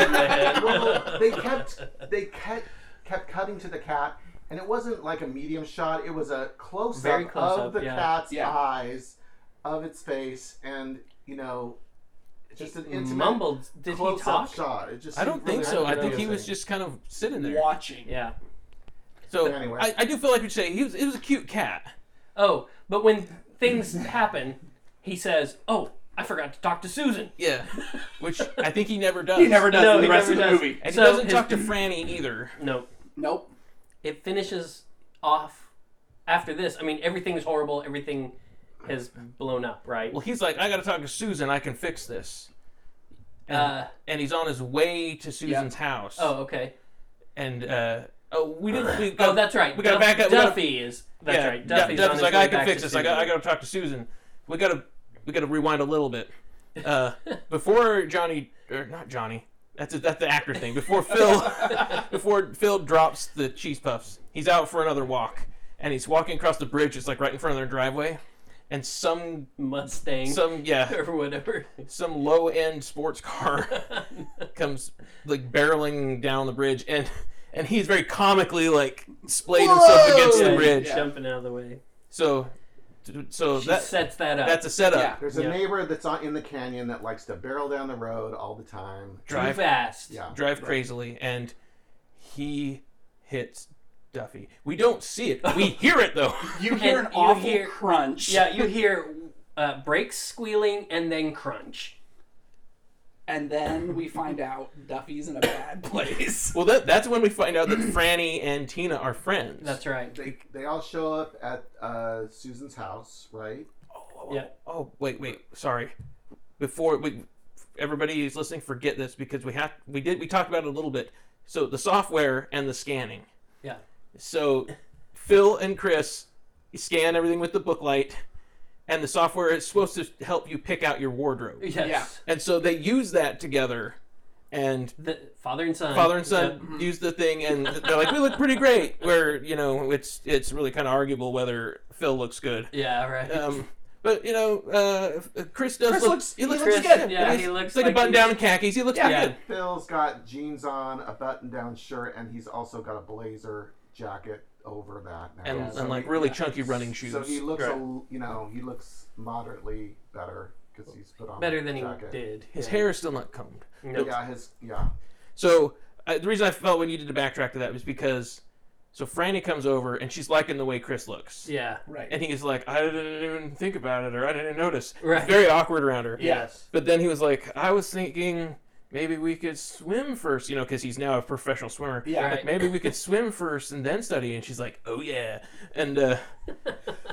S9: [LAUGHS]
S2: well, they kept they kept kept cutting to the cat, and it wasn't like a medium shot. It was a close
S6: Very
S2: up
S6: close
S2: of
S6: up,
S2: the
S6: yeah.
S2: cat's
S9: Yeah.
S2: eyes, of its face, and you know, it's just an
S1: Mm-hmm.
S2: intimate
S6: mumbled. Did he
S2: close up
S6: talk?
S2: shot. It just
S1: I don't
S2: seemed
S1: think
S2: really
S1: so. I think he
S2: confusing.
S1: was just kind of sitting there.
S9: Watching.
S6: Yeah.
S1: So
S2: Anyway.
S1: I, I do feel like we'd say he was. It was a cute cat.
S6: Oh, but when things happen, he says, "Oh, I forgot to talk to Susan." [LAUGHS]
S1: Yeah, which I think he never does.
S9: He never does
S6: No,
S9: in the
S6: he
S9: rest of the
S6: never does.
S9: movie.
S1: And
S6: So
S1: he doesn't
S6: his-
S1: talk to Franny either.
S6: No,
S9: Nope.
S6: it finishes off after this. I mean, everything's horrible. Everything has blown up, right?
S1: Well, he's like, I got to talk to Susan. I can fix this. And,
S6: Uh,
S1: and he's on his way to Susan's house.
S6: oh, okay.
S1: And uh, oh, we didn't.
S6: [COUGHS]
S1: We got,
S6: Oh, that's right.
S1: We got to
S6: Duff-
S1: back up. we gotta-
S6: Duffy is. That's
S1: yeah,
S6: right. Duffy's,
S1: Duffy's
S6: on his
S1: like,
S6: way
S1: I can
S6: back
S1: fix
S6: to
S1: this. I got, I
S6: Susan.
S1: got to talk to Susan. We got to, we got to rewind a little
S6: [LAUGHS]
S1: bit. Uh, before Johnny, or not Johnny. That's a, that's the actor thing.
S6: [LAUGHS]
S1: Before Phil, before Phil drops the cheese puffs, he's out for another walk, and he's walking across the bridge. It's like right in front of their driveway, and some
S6: Mustang
S1: some yeah
S6: [LAUGHS] or whatever.
S1: some low end sports car [LAUGHS] comes like barreling down the bridge and and he's very comically like splayed himself against the
S9: Whoa!
S1: bridge.
S6: Jumping out of the way.
S1: So so
S6: She
S1: that
S6: sets that up.
S1: that's a setup.
S9: Yeah.
S2: There's a
S6: Yeah.
S2: neighbor that's on, in the canyon that likes to barrel down the road all the time.
S6: too
S1: Drive
S6: fast.
S2: Yeah.
S1: drive crazily and he hits Duffy. We don't see it. We hear it though. [LAUGHS]
S9: You hear
S6: And
S9: an
S6: you
S9: awful
S6: hear-
S9: crunch.
S6: Yeah, you hear uh, brakes squealing and then crunch.
S9: And then we find out Duffy's in a
S6: [LAUGHS]
S9: bad place.
S1: Well that that's when we find out that Franny and Tina are friends.
S6: That's right.
S2: They, they all show up at uh, Susan's house, right?
S6: Yeah.
S1: Oh wait, wait, sorry. Before we, everybody who's listening, forget this because we have we did we talked about it a little bit. So the software and the scanning.
S6: Yeah.
S1: So Phil and Chris scan everything with the booklight, and the software is supposed to help you pick out your wardrobe.
S6: Yes.
S1: And so they use that together, and
S6: The father and son.
S1: father and son use the thing, and they're like, "We look pretty great." Where you know it's it's really kind of arguable whether Phil looks good.
S6: Yeah, yeah, right.
S1: Um, but you know, uh, Chris does
S9: Chris
S1: look.
S9: looks-
S1: he looks,
S9: he looks
S1: pretty
S9: good.
S1: good.
S6: Yeah,
S1: He's-
S6: he looks
S1: he's like,
S6: like
S1: a button
S6: he's-
S1: down in khakis. He looks
S6: Yeah.
S1: good.
S2: Phil's got jeans on, a button-down shirt, and he's also got a blazer jacket over that. Now.
S1: And,
S2: So
S1: and like
S2: he-
S1: really chunky running shoes.
S2: So he looks,
S1: Right.
S2: a, you know, he looks moderately better because he's put on
S6: Better
S2: a
S6: than he
S2: jacket.
S6: did.
S1: His hair is still not combed.
S6: Nope.
S2: Yeah, his yeah.
S1: So uh, the reason I felt we needed to backtrack to that was because so Franny comes over and she's liking the way Chris looks.
S6: Yeah. [LAUGHS]
S9: Right.
S1: And he's like, I didn't even think about it, or I didn't notice.
S6: Right.
S1: Very awkward around her.
S6: Yes.
S1: But then he was like, I was thinking maybe we could swim first, you know, because he's now a professional swimmer.
S9: Yeah.
S1: Like,
S6: Right.
S1: maybe we
S6: [LAUGHS]
S1: could swim first and then study. And she's like, Oh yeah. And
S6: [LAUGHS]
S1: uh,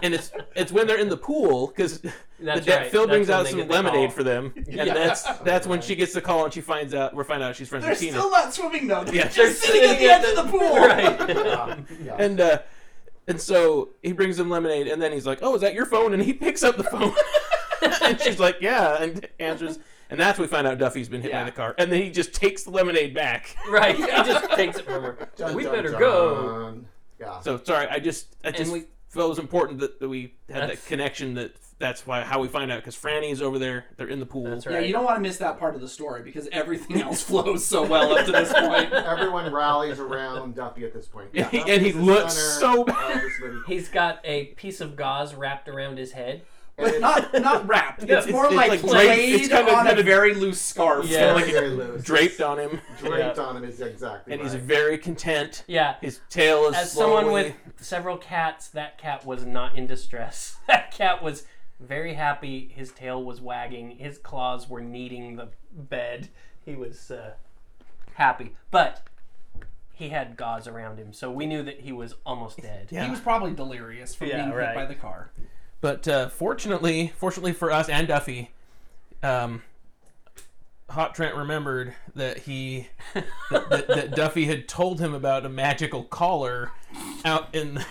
S1: and it's it's when they're in the pool [LAUGHS] because
S6: That's right.
S1: Phil brings
S6: That's when
S1: out
S6: they
S1: some
S6: get the
S1: lemonade
S6: call.
S1: for
S6: [LAUGHS]
S1: them, and
S9: Yeah.
S1: that's that's when she gets the call and she finds out we're find out she's friends
S9: They're
S1: with Tina.
S9: still not swimming though. They're
S6: [LAUGHS]
S1: Yeah.
S9: just
S1: They're
S9: sitting, at the edge of the
S1: [LAUGHS]
S9: pool.
S2: yeah, yeah.
S1: and uh, and so he brings him lemonade, and then he's like, "Oh, is that your phone?" And he picks up the phone, [LAUGHS] and she's like, "Yeah," and answers, and that's when we find out Duffy's been hit by
S9: Yeah.
S1: the car, and then he just takes the lemonade
S6: [LAUGHS]
S1: back.
S6: Right. He just takes it from her.
S2: Dun,
S6: we
S2: dun,
S6: better
S2: dun.
S6: go.
S2: Yeah.
S1: So sorry, I just I just
S6: we-
S1: felt it was important that, that we had
S6: That's-
S1: that connection that that's why how we find out because Franny's over there, they're in the pool.
S6: That's
S9: Yeah,
S6: right.
S9: you don't want to miss that part of the story because everything
S6: [LAUGHS]
S9: else flows so well up to this point.
S2: Everyone rallies around Duffy at this point.
S1: And he-
S2: Duffy's
S1: and he
S2: the
S1: looks
S2: center
S1: so
S2: of this movie.
S6: He's got a piece of gauze wrapped around his head.
S2: And it's
S9: [LAUGHS] Not not wrapped. It's,
S1: it's-
S9: more
S1: it's
S9: like,
S1: like
S9: laid
S1: draped- it's kind of-
S9: on
S1: kind
S9: a
S1: of-
S9: very loose scarf.
S6: Yeah.
S1: like
S2: very loose.
S1: Draped on him,
S2: draped on him is exactly
S1: and
S2: right.
S1: he's very content.
S6: Yeah.
S1: His tail is
S6: As someone
S1: slowly-
S6: with several cats, that cat was not in distress. [LAUGHS] That cat was very happy. His tail was wagging. His claws were kneading the bed. He was uh, happy, but he had gauze around him, so we knew that he was almost dead.
S9: He was probably delirious from
S6: Yeah,
S9: being hit
S6: right.
S9: by the
S6: [LAUGHS]
S9: car.
S1: But uh, fortunately, fortunately for us and Duffy, um, Hot Trent remembered that he that, that, that Duffy had told him about a magical collar out in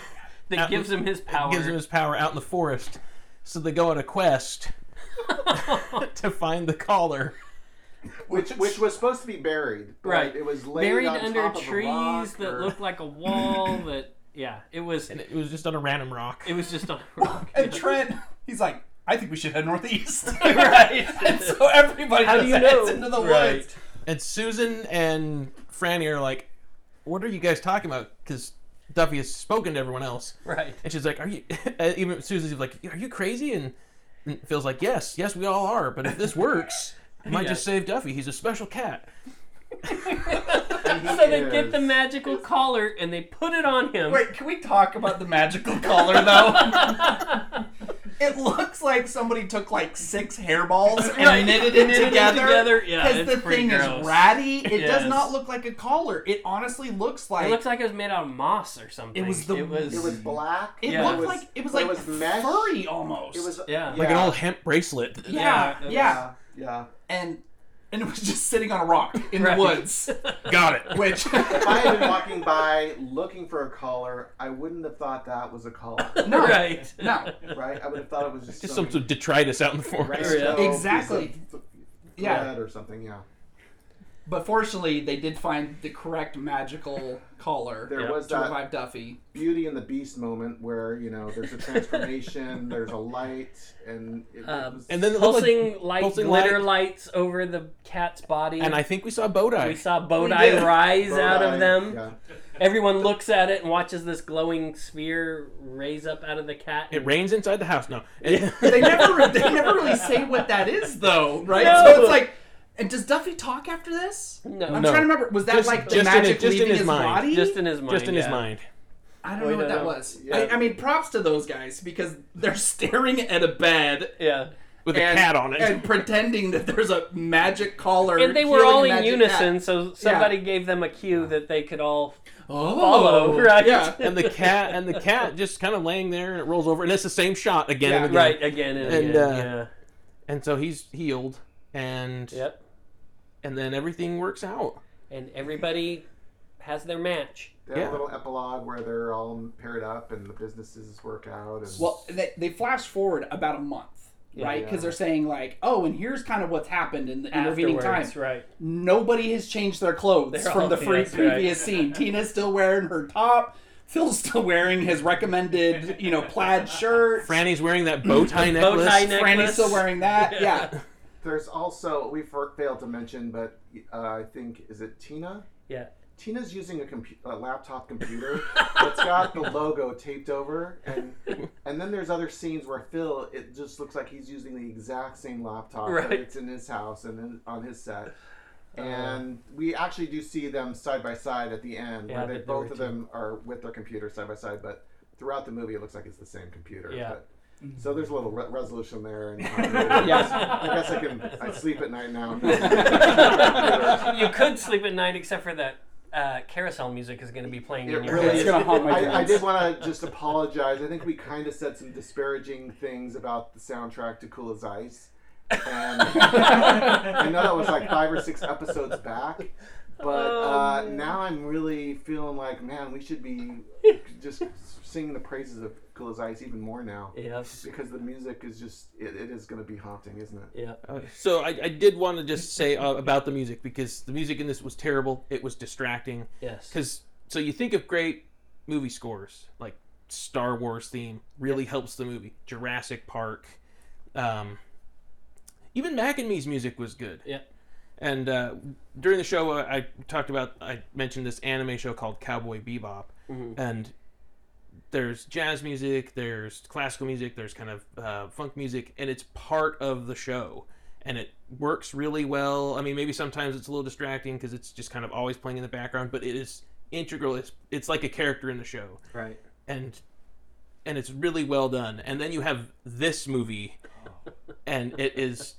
S6: That
S1: Out-
S6: gives him his power.
S1: gives him his power out in the forest. So they go on a
S6: [LAUGHS]
S1: quest [LAUGHS] to find the collar.
S2: which which was supposed to be buried. but
S6: Right.
S2: It was laid
S6: buried
S2: on
S6: under
S2: top of a rock
S6: trees that
S2: or-
S6: looked like a wall. that yeah, it was.
S1: And it was just on a random rock.
S6: It was just a rock.
S9: And Trent, he's like, I think we should head northeast.
S6: [LAUGHS] right.
S9: [LAUGHS] and so everybody
S6: How
S9: just
S6: do you
S9: heads
S6: know?
S9: into the
S6: Right.
S9: woods.
S1: And Susan and Franny are like, "What are you guys talking about?" Because Duffy has spoken to everyone else.
S6: Right.
S1: And she's like, "Are you?" [LAUGHS] uh, Even Susan's like, "Are you crazy?" And, and Phil's like, "Yes, yes, we all are. But if this works, it might just save Duffy. He's a special cat."
S2: and he
S6: So they
S2: is-
S6: get the magical collar and they put it on him.
S9: Wait, can we talk about the magical collar though?
S6: [LAUGHS]
S9: it looks like somebody took like six hairballs and
S6: [LAUGHS] Right.
S9: knitted it
S6: Knitted it
S9: together.
S6: together. Yeah,
S9: because
S6: it's
S9: the
S6: pretty
S9: thing
S6: gross.
S9: is ratty. It
S6: Yes.
S9: does not look like a collar. It honestly looks like
S6: It looks like it was made out of moss or something.
S9: It was the-
S6: It was.
S2: It was black.
S9: It
S6: Yeah.
S9: looked
S2: It was-
S9: like it was
S2: but
S9: like
S2: it was mesh.
S9: furry almost.
S2: It was
S6: Yeah.
S1: Like an old hemp bracelet.
S9: yeah,
S6: Yeah, it
S9: yeah,
S2: Yeah. Yeah.
S9: and and it was just sitting on a rock in
S6: Right.
S9: the
S6: [LAUGHS]
S9: woods.
S1: Got
S9: [LAUGHS]
S1: it.
S9: Which
S2: If I had been walking by looking for a collar, I wouldn't have thought that was a collar,
S9: no,
S6: [LAUGHS] right.
S9: no,
S2: right? I would have thought it was just,
S1: Just
S2: some
S1: some sort of detritus out in the forest.
S2: resto piece
S9: Exactly.
S2: of
S9: Yeah.
S2: thread or something. Yeah,
S9: but fortunately they did find the correct magical collar
S2: there
S6: Yeah.
S2: was
S9: to
S2: that
S9: revive Duffy.
S2: Beauty and the Beast moment where you know there's a transformation, there's a light, and it,
S6: Um,
S2: was,
S1: And then it looked like-
S6: Pulsing light,
S1: pulsing
S6: glitter
S1: light.
S6: lights over the cat's body.
S1: and I think we saw Bodai.
S6: we saw
S9: We
S6: Bodai
S9: did.
S6: rise
S2: Bodhi,
S6: out of them.
S2: Yeah.
S6: Everyone looks at it and watches this glowing sphere raise up out of the cat.
S1: It rains inside the house now. [LAUGHS]
S9: They [LAUGHS] never they never really say what that is though, right?
S6: No.
S9: So it's like and does Duffy talk after this?
S6: No.
S9: I'm
S1: No.
S9: trying to remember. Was that
S1: Just-
S9: like the
S1: just in
S9: magic
S1: his- just in
S9: leaving
S1: his
S9: his,
S1: mind.
S9: body?
S6: just in his mind.
S1: just in his
S6: yeah.
S1: mind.
S9: I
S6: We
S9: don't know what
S6: don't
S9: that
S6: know.
S9: was.
S2: Yeah.
S9: I, I mean, props to those guys because they're staring at a bed
S6: Yeah.
S1: With a
S9: and-
S1: cat on it.
S9: and pretending that there's a magic collar.
S6: And they were
S9: healing
S6: all in
S9: magic
S6: unison,
S9: cat.
S6: so somebody gave them a cue that they could all
S9: Oh,
S6: follow. [LAUGHS] Right.
S9: Yeah.
S1: and the cat and the cat just kind of laying there and it rolls over and it's the same shot again and
S9: Yeah,
S1: again.
S6: Right. Again and,
S1: And,
S6: again.
S1: uh,
S6: yeah.
S1: And so he's healed and
S6: Yep.
S1: and then everything works out.
S6: and everybody has their match.
S2: They have
S1: Yeah.
S2: a little epilogue where they're all paired up and the businesses work out. And
S9: Well, they, they flash forward about a month, right? Because
S2: Yeah.
S9: they're saying like, oh, and here's kind of what's happened in the intervening time.
S6: Afterwards, right?
S9: Nobody has changed their clothes
S6: They're all-
S9: from the free,
S6: that's right.
S9: previous scene. Tina's still wearing her top. Phil's still wearing his recommended, you know, plaid shirt.
S1: Franny's wearing that
S6: [CLEARS THROAT]
S1: bow tie
S6: Bow
S1: necklace.
S6: tie
S9: Franny's
S6: necklace.
S9: still wearing that. Yeah.
S2: there's also we for, failed to mention, but uh, I think is it Tina?
S6: Yeah.
S2: Tina's using a, compu- a laptop computer that's got the logo taped over, and and then there's other scenes where Phil it just looks like he's using the exact same laptop
S6: Right. Uh.
S2: that it's in his house and in, on his set. And we actually do see them side by side at the end,
S6: Yeah,
S2: where
S6: they-
S2: they,
S6: they
S2: both
S6: were
S2: of them are with their computer side by side. But throughout the movie, it looks like it's the same computer.
S6: Yeah.
S2: But, so there's a little re- resolution there. And yes, I guess I can. I sleep at night
S9: [LAUGHS]
S2: now. [LAUGHS]
S6: [LAUGHS] you could sleep at night, except for that uh, carousel music is going to be playing
S2: It
S6: in your
S2: really
S6: head.
S2: is.
S9: gonna haunt my
S2: I, I
S9: dreams.
S2: did want to just apologize. I think we kind of said some disparaging things about the soundtrack to Cool as Ice. And [LAUGHS] I know that was like five or six episodes back. But uh, now I'm really feeling like, man, we should be just singing the praises of Cool as Ice even more now.
S6: Yes.
S2: Because the music is just, it, it is going to be haunting, isn't it?
S6: Yeah.
S1: Uh, So I, I did want to just say uh, about the music because the music in this was terrible. It was distracting.
S6: Yes.
S2: [LAUGHS]
S1: Because so you think of great movie scores like Star Wars theme really helps the movie. Jurassic Park, um, even Mac and Me's music was good.
S6: Yeah.
S1: And uh, during the show, uh, I talked about I mentioned this anime show called Cowboy Bebop,
S6: Mm-hmm.
S1: and there's jazz music, there's classical music, there's kind of uh, funk music, and it's part of the show. And it works really well. I mean, maybe sometimes it's a little distracting because it's just kind of always playing in the background, but it is integral. It's, it's like a character in the show,
S6: Right.
S1: and and it's really well done. And then you have this movie, and it is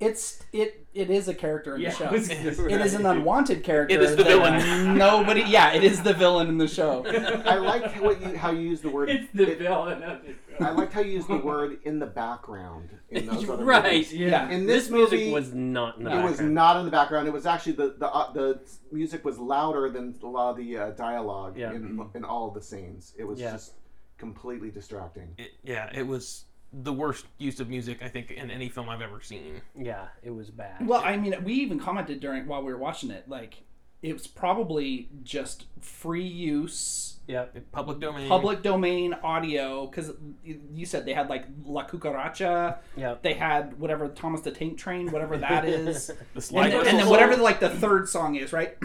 S9: It's it it is a character in
S8: Yeah,
S9: the show.
S8: I was gonna say.
S9: It is an unwanted character.
S1: It is the
S9: that
S1: villain.
S9: Nobody. Yeah, it is the villain in the show.
S2: I like how you, how you use the word.
S8: It's the
S2: it-
S8: villain of the
S2: I liked how you used the word in the background in
S6: [LAUGHS]
S2: those other movies.
S6: Right.
S9: Yeah.
S2: In this,
S6: This music
S2: movie,
S6: was not in the
S2: It was
S6: background.
S2: not in the background. It was actually the the, uh, the music was louder than a lot of the uh, dialogue
S6: Yeah.
S2: in in all of the scenes. It was
S6: Yeah.
S2: just completely distracting.
S1: it, yeah, it was the worst use of music I think in any film I've ever seen.
S6: Yeah, it was bad.
S9: Well, I mean, we even commented during while we were watching it, like it was probably just free use,
S6: yep.
S1: Public domain.
S9: public domain audio. Because you said they had like La Cucaracha,
S6: Yep.
S9: they had whatever Thomas the Tank Train, whatever that is,
S1: The
S9: and,
S1: slide
S9: then,
S1: whistle.
S9: and then whatever like the third song is, right?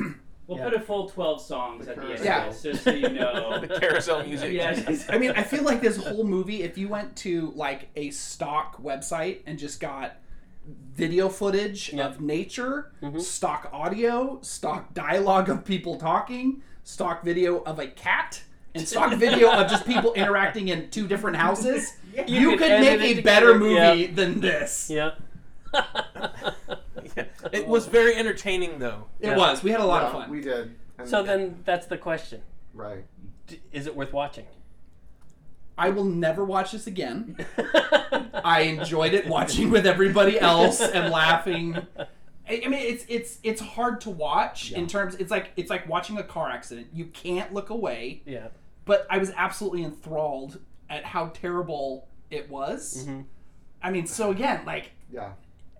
S8: We'll put a full 12 songs at the end
S9: Yeah.
S8: of this, just so you know.
S1: the [LAUGHS] carousel music.
S8: yeah, just-
S9: I mean, I feel like this whole movie, if you went to like a stock website and just got video footage of nature,
S6: Mm-hmm.
S9: stock audio, stock dialogue of people talking, stock video of a cat, and stock video of just
S6: [LAUGHS]
S9: people interacting in two different houses, you,
S6: could
S9: could make
S6: edit it
S9: a
S6: together.
S9: better movie
S6: Yeah.
S9: than this.
S6: Yep. [LAUGHS]
S1: It was very entertaining though.
S9: It
S6: Yeah.
S9: was. We had a lot of
S2: Yeah,
S9: fun.
S2: We did. And-
S6: So then that's the question.
S2: right.
S6: D- Is it worth watching? [LAUGHS]
S9: I will never watch this again. I enjoyed it watching with everybody else and laughing. I I mean, it's it's it's hard to watch in terms. It's like it's like watching a car accident. You can't look away.
S6: Yeah.
S9: But I was absolutely enthralled at how terrible it was.
S6: Mm-hmm.
S9: I mean, so again, like
S2: Yeah.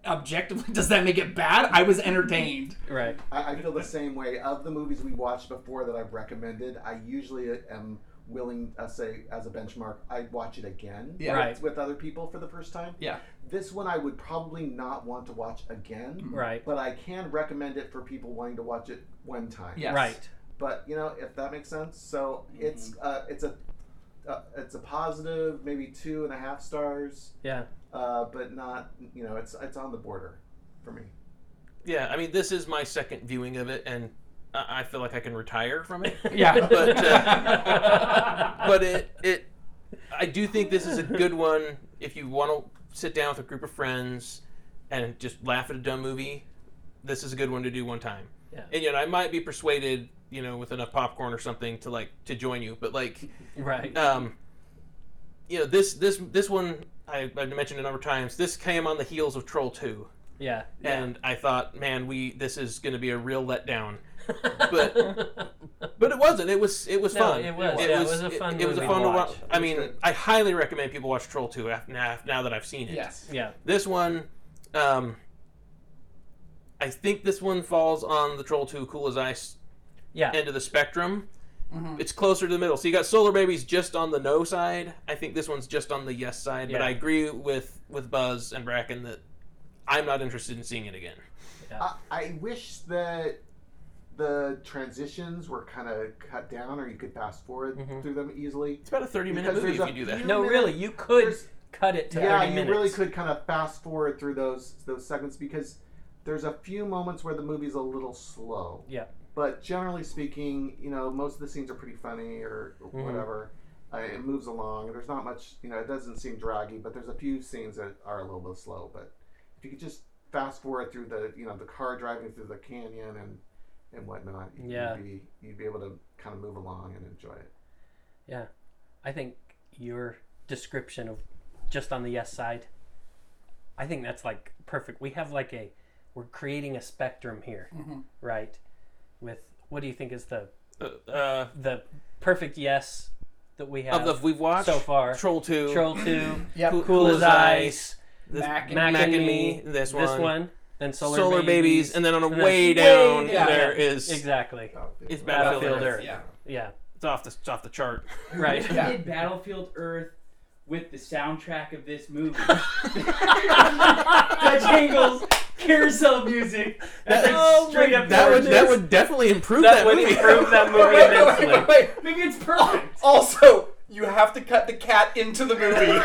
S9: objectively, does that make it bad? I was entertained.
S6: Right.
S2: I, I feel the same way. Of the movies we watched before that I've recommended, I usually uh, am willing to say as a benchmark, I'd watch it again.
S9: Yeah.
S6: Right.
S2: With other people for the first time.
S9: Yeah.
S2: This one I would probably not want to watch again.
S9: Mm-hmm.
S6: Right.
S2: But I can recommend it for people wanting to watch it one time.
S9: Yes.
S6: Right.
S2: but you know if that makes sense so
S6: Mm-hmm.
S2: it's uh, it's a uh, it's a positive maybe two and a half stars
S6: Yeah.
S2: uh, but not you know it's it's on the border for me
S1: Yeah, I mean this is my second viewing of it, and I I feel like I can retire from it.
S6: [LAUGHS]
S9: Yeah.
S1: but uh,
S8: [LAUGHS]
S1: but it it I do think this is a good one if you want to sit down with a group of friends and just laugh at a dumb movie. This is a good one to do one time.
S6: Yeah.
S1: And yet I might be persuaded, you know, with enough popcorn or something to like to join you. But like,
S6: [LAUGHS] Right.
S1: um, you know, this this this one I, I've mentioned a number of times. This came on the heels of Troll Two.
S6: Yeah.
S1: and I thought, man, we this is going to be a real
S6: [LAUGHS]
S1: letdown. But but it wasn't. It was it was
S6: No,
S1: fun.
S6: it was. Yeah, it was a fun
S1: It, was a
S6: movie
S1: fun
S6: to
S1: to
S6: watch.
S1: watch.
S6: It
S1: I
S6: was
S1: mean,
S2: good.
S1: I highly recommend people watch Troll Two af- now, now that I've seen it.
S9: Yes.
S6: yeah.
S1: This one, um, I think this one falls on the Troll Two Cool as Ice
S6: Yeah.
S1: end of the spectrum.
S6: Mm-hmm.
S1: It's closer to the middle. So you got Solar Babies just on the no side. I think this one's just on the yes side. But
S6: Yeah.
S1: I agree with with Buzz and Bracken that I'm not interested in seeing it again.
S2: I, I wish that the transitions were kind of cut down, or you could fast forward through them easily.
S1: It's about a 30 minute
S2: Because
S1: movie if
S2: there's
S1: you
S2: a
S1: do that.
S2: few
S6: No,
S2: minute-
S6: really, you could
S2: there's-
S6: cut it to
S2: yeah,
S6: 30
S2: you
S6: minutes.
S2: really could kind of fast forward through those those segments because there's a few moments where the movie's a little slow.
S6: Yeah.
S2: But generally speaking, you know, most of the scenes are pretty funny or, or
S6: Mm-hmm.
S2: whatever. Uh, it moves along. There's not much, you know, it doesn't seem draggy, but there's a few scenes that are a little bit slow. But if you could just fast forward through the, you know, the car driving through the canyon and and whatnot,
S6: Yeah.
S2: you'd be you'd be able to kind of move along and enjoy it.
S6: Yeah. I think your description of just on the yes side, I think that's like perfect. We have like a, we're creating a spectrum here,
S2: Mm-hmm.
S6: right? With what do you think is the
S1: Uh, uh,
S6: the perfect yes that we have?
S1: of the we've watched
S6: so far.
S1: Troll Two,
S6: Troll 2,
S9: Yep.
S6: cool,
S1: Cool
S6: as
S1: as
S6: Ice,
S1: this,
S9: Mac and
S6: Mac, and Me,
S1: this
S6: this
S1: one.
S6: one, then Solar,
S1: Solar, Babies, and then on the way,
S6: way
S1: down,
S9: down.
S1: there is
S6: Exactly.
S1: it's Battlefield,
S6: Battlefield
S1: Earth.
S6: Earth.
S9: Yeah.
S6: Yeah.
S1: It's off the it's off the chart.
S6: [LAUGHS] Right.
S9: Yeah.
S8: did Battlefield Earth with the soundtrack of this movie.
S1: [LAUGHS]
S8: [LAUGHS]
S6: the jingles, carousel music. That's like straight up
S1: [LAUGHS] That would
S6: gorgeous.
S1: that would definitely improve
S6: that
S1: that,
S6: would
S1: movie. [LAUGHS]
S6: improve that movie
S9: [LAUGHS] Wait, wait,
S6: immensely.
S9: wait, wait, wait.
S8: Maybe it's perfect.
S9: Also, you have to cut the cat into the movie.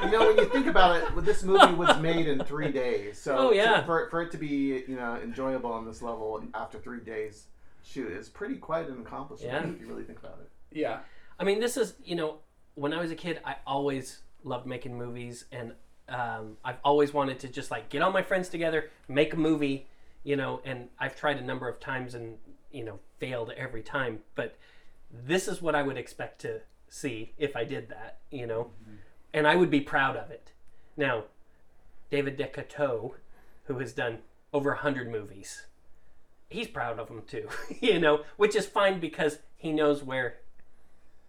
S2: you know, when you think about it, well, this movie was made in three days. So
S6: Oh, yeah.
S2: to- for, for it to be, you know, enjoyable on this level after three days, shoot, is pretty quite an accomplishment
S6: Yeah.
S2: if you really think about it.
S9: [LAUGHS] yeah.
S6: I mean, this is you know, when I was a kid, I always loved making movies, and um, I've always wanted to just like get all my friends together, make a movie, you know. And I've tried a number of times and you know failed every time, but this is what I would expect to see if I did that, you know, and I would be proud of it. Now, David Decato, who has done over hundred movies. He's proud of them too, [LAUGHS] you know, which is fine because he knows where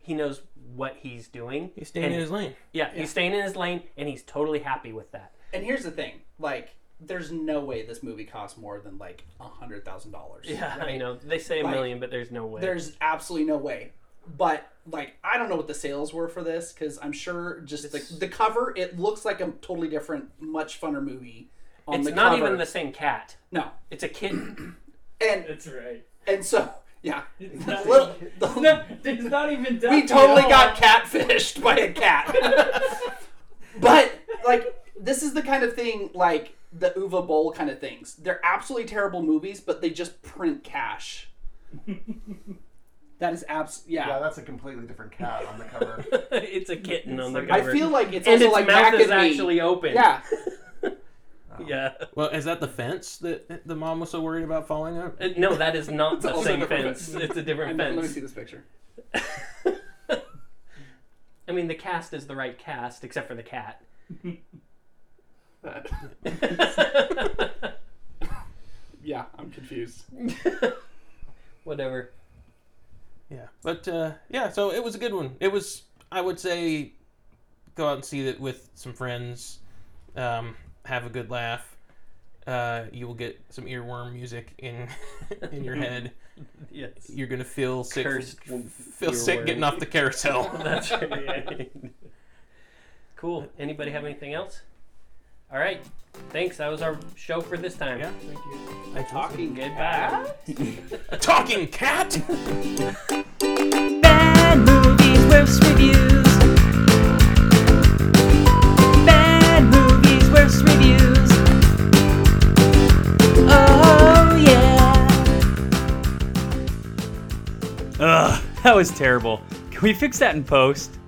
S6: he knows what he's doing.
S1: He's staying
S6: And-
S1: in his lane.
S6: Yeah, he's staying in his lane, and he's totally happy with
S9: [LAUGHS]
S6: that.
S9: And here's the thing, like, there's no way this movie costs more than like a hundred thousand dollars.
S6: I know they say a
S9: Like,
S6: million, but there's no way.
S9: There's absolutely no way. But like, I don't know what the sales were for this because I'm sure just the, the cover, it looks like a totally different, much funner movie. On
S6: it's
S9: the
S6: not
S9: cover.
S6: even the same cat.
S9: no.
S6: It's a
S9: [COUGHS]
S6: kitten. [LAUGHS]
S9: And
S8: That's right.
S9: and so yeah,
S8: It's not,
S9: Little-
S6: [LAUGHS]
S8: it's not, it's not even done.
S9: [LAUGHS] we totally got catfished by a cat. [LAUGHS] but like, this is the kind of thing like the Uva Bowl kind of things. They're absolutely terrible movies, but they just print cash. that is abs.
S2: Yeah,
S9: Yeah.
S2: that's a completely different cat on the cover.
S6: it's a kitten on the
S9: I
S6: cover.
S9: feel like it's
S6: and
S9: also
S6: its
S9: like
S6: mouth
S9: Mac
S6: is
S9: and Me.
S6: actually open.
S9: Yeah.
S6: yeah.
S1: Well, is that the fence that the mom was so worried about falling out?
S6: Uh, No,
S9: [LAUGHS]
S6: that is not the
S9: also
S6: same
S9: different
S6: fence.
S9: fence.
S6: It's a different
S9: Let me
S6: fence.
S9: see this picture.
S6: [LAUGHS] I mean, the cast is the right cast, except for
S9: [LAUGHS]
S6: the cat.
S9: [LAUGHS] Yeah, I'm confused.
S6: Whatever.
S1: Yeah, but uh, yeah, so it was a good one. It was, I would say, go out and see it with some friends, um, have a good laugh. Uh, you will get some earworm music in [LAUGHS] in your head.
S6: Yes.
S1: You're gonna feel sick,
S6: Cursed
S1: feel sick
S6: earworm.
S1: getting off the carousel.
S6: [LAUGHS] That's right. cool. Anybody have anything else? All right. Thanks. That was our show for this time.
S1: Yeah.
S9: Talking
S6: Goodbye.
S1: A talking cat.
S10: Bad movies, worst reviews. Bad movies, worst reviews. Oh, yeah.
S11: Ugh, that was terrible. Can we fix that in post?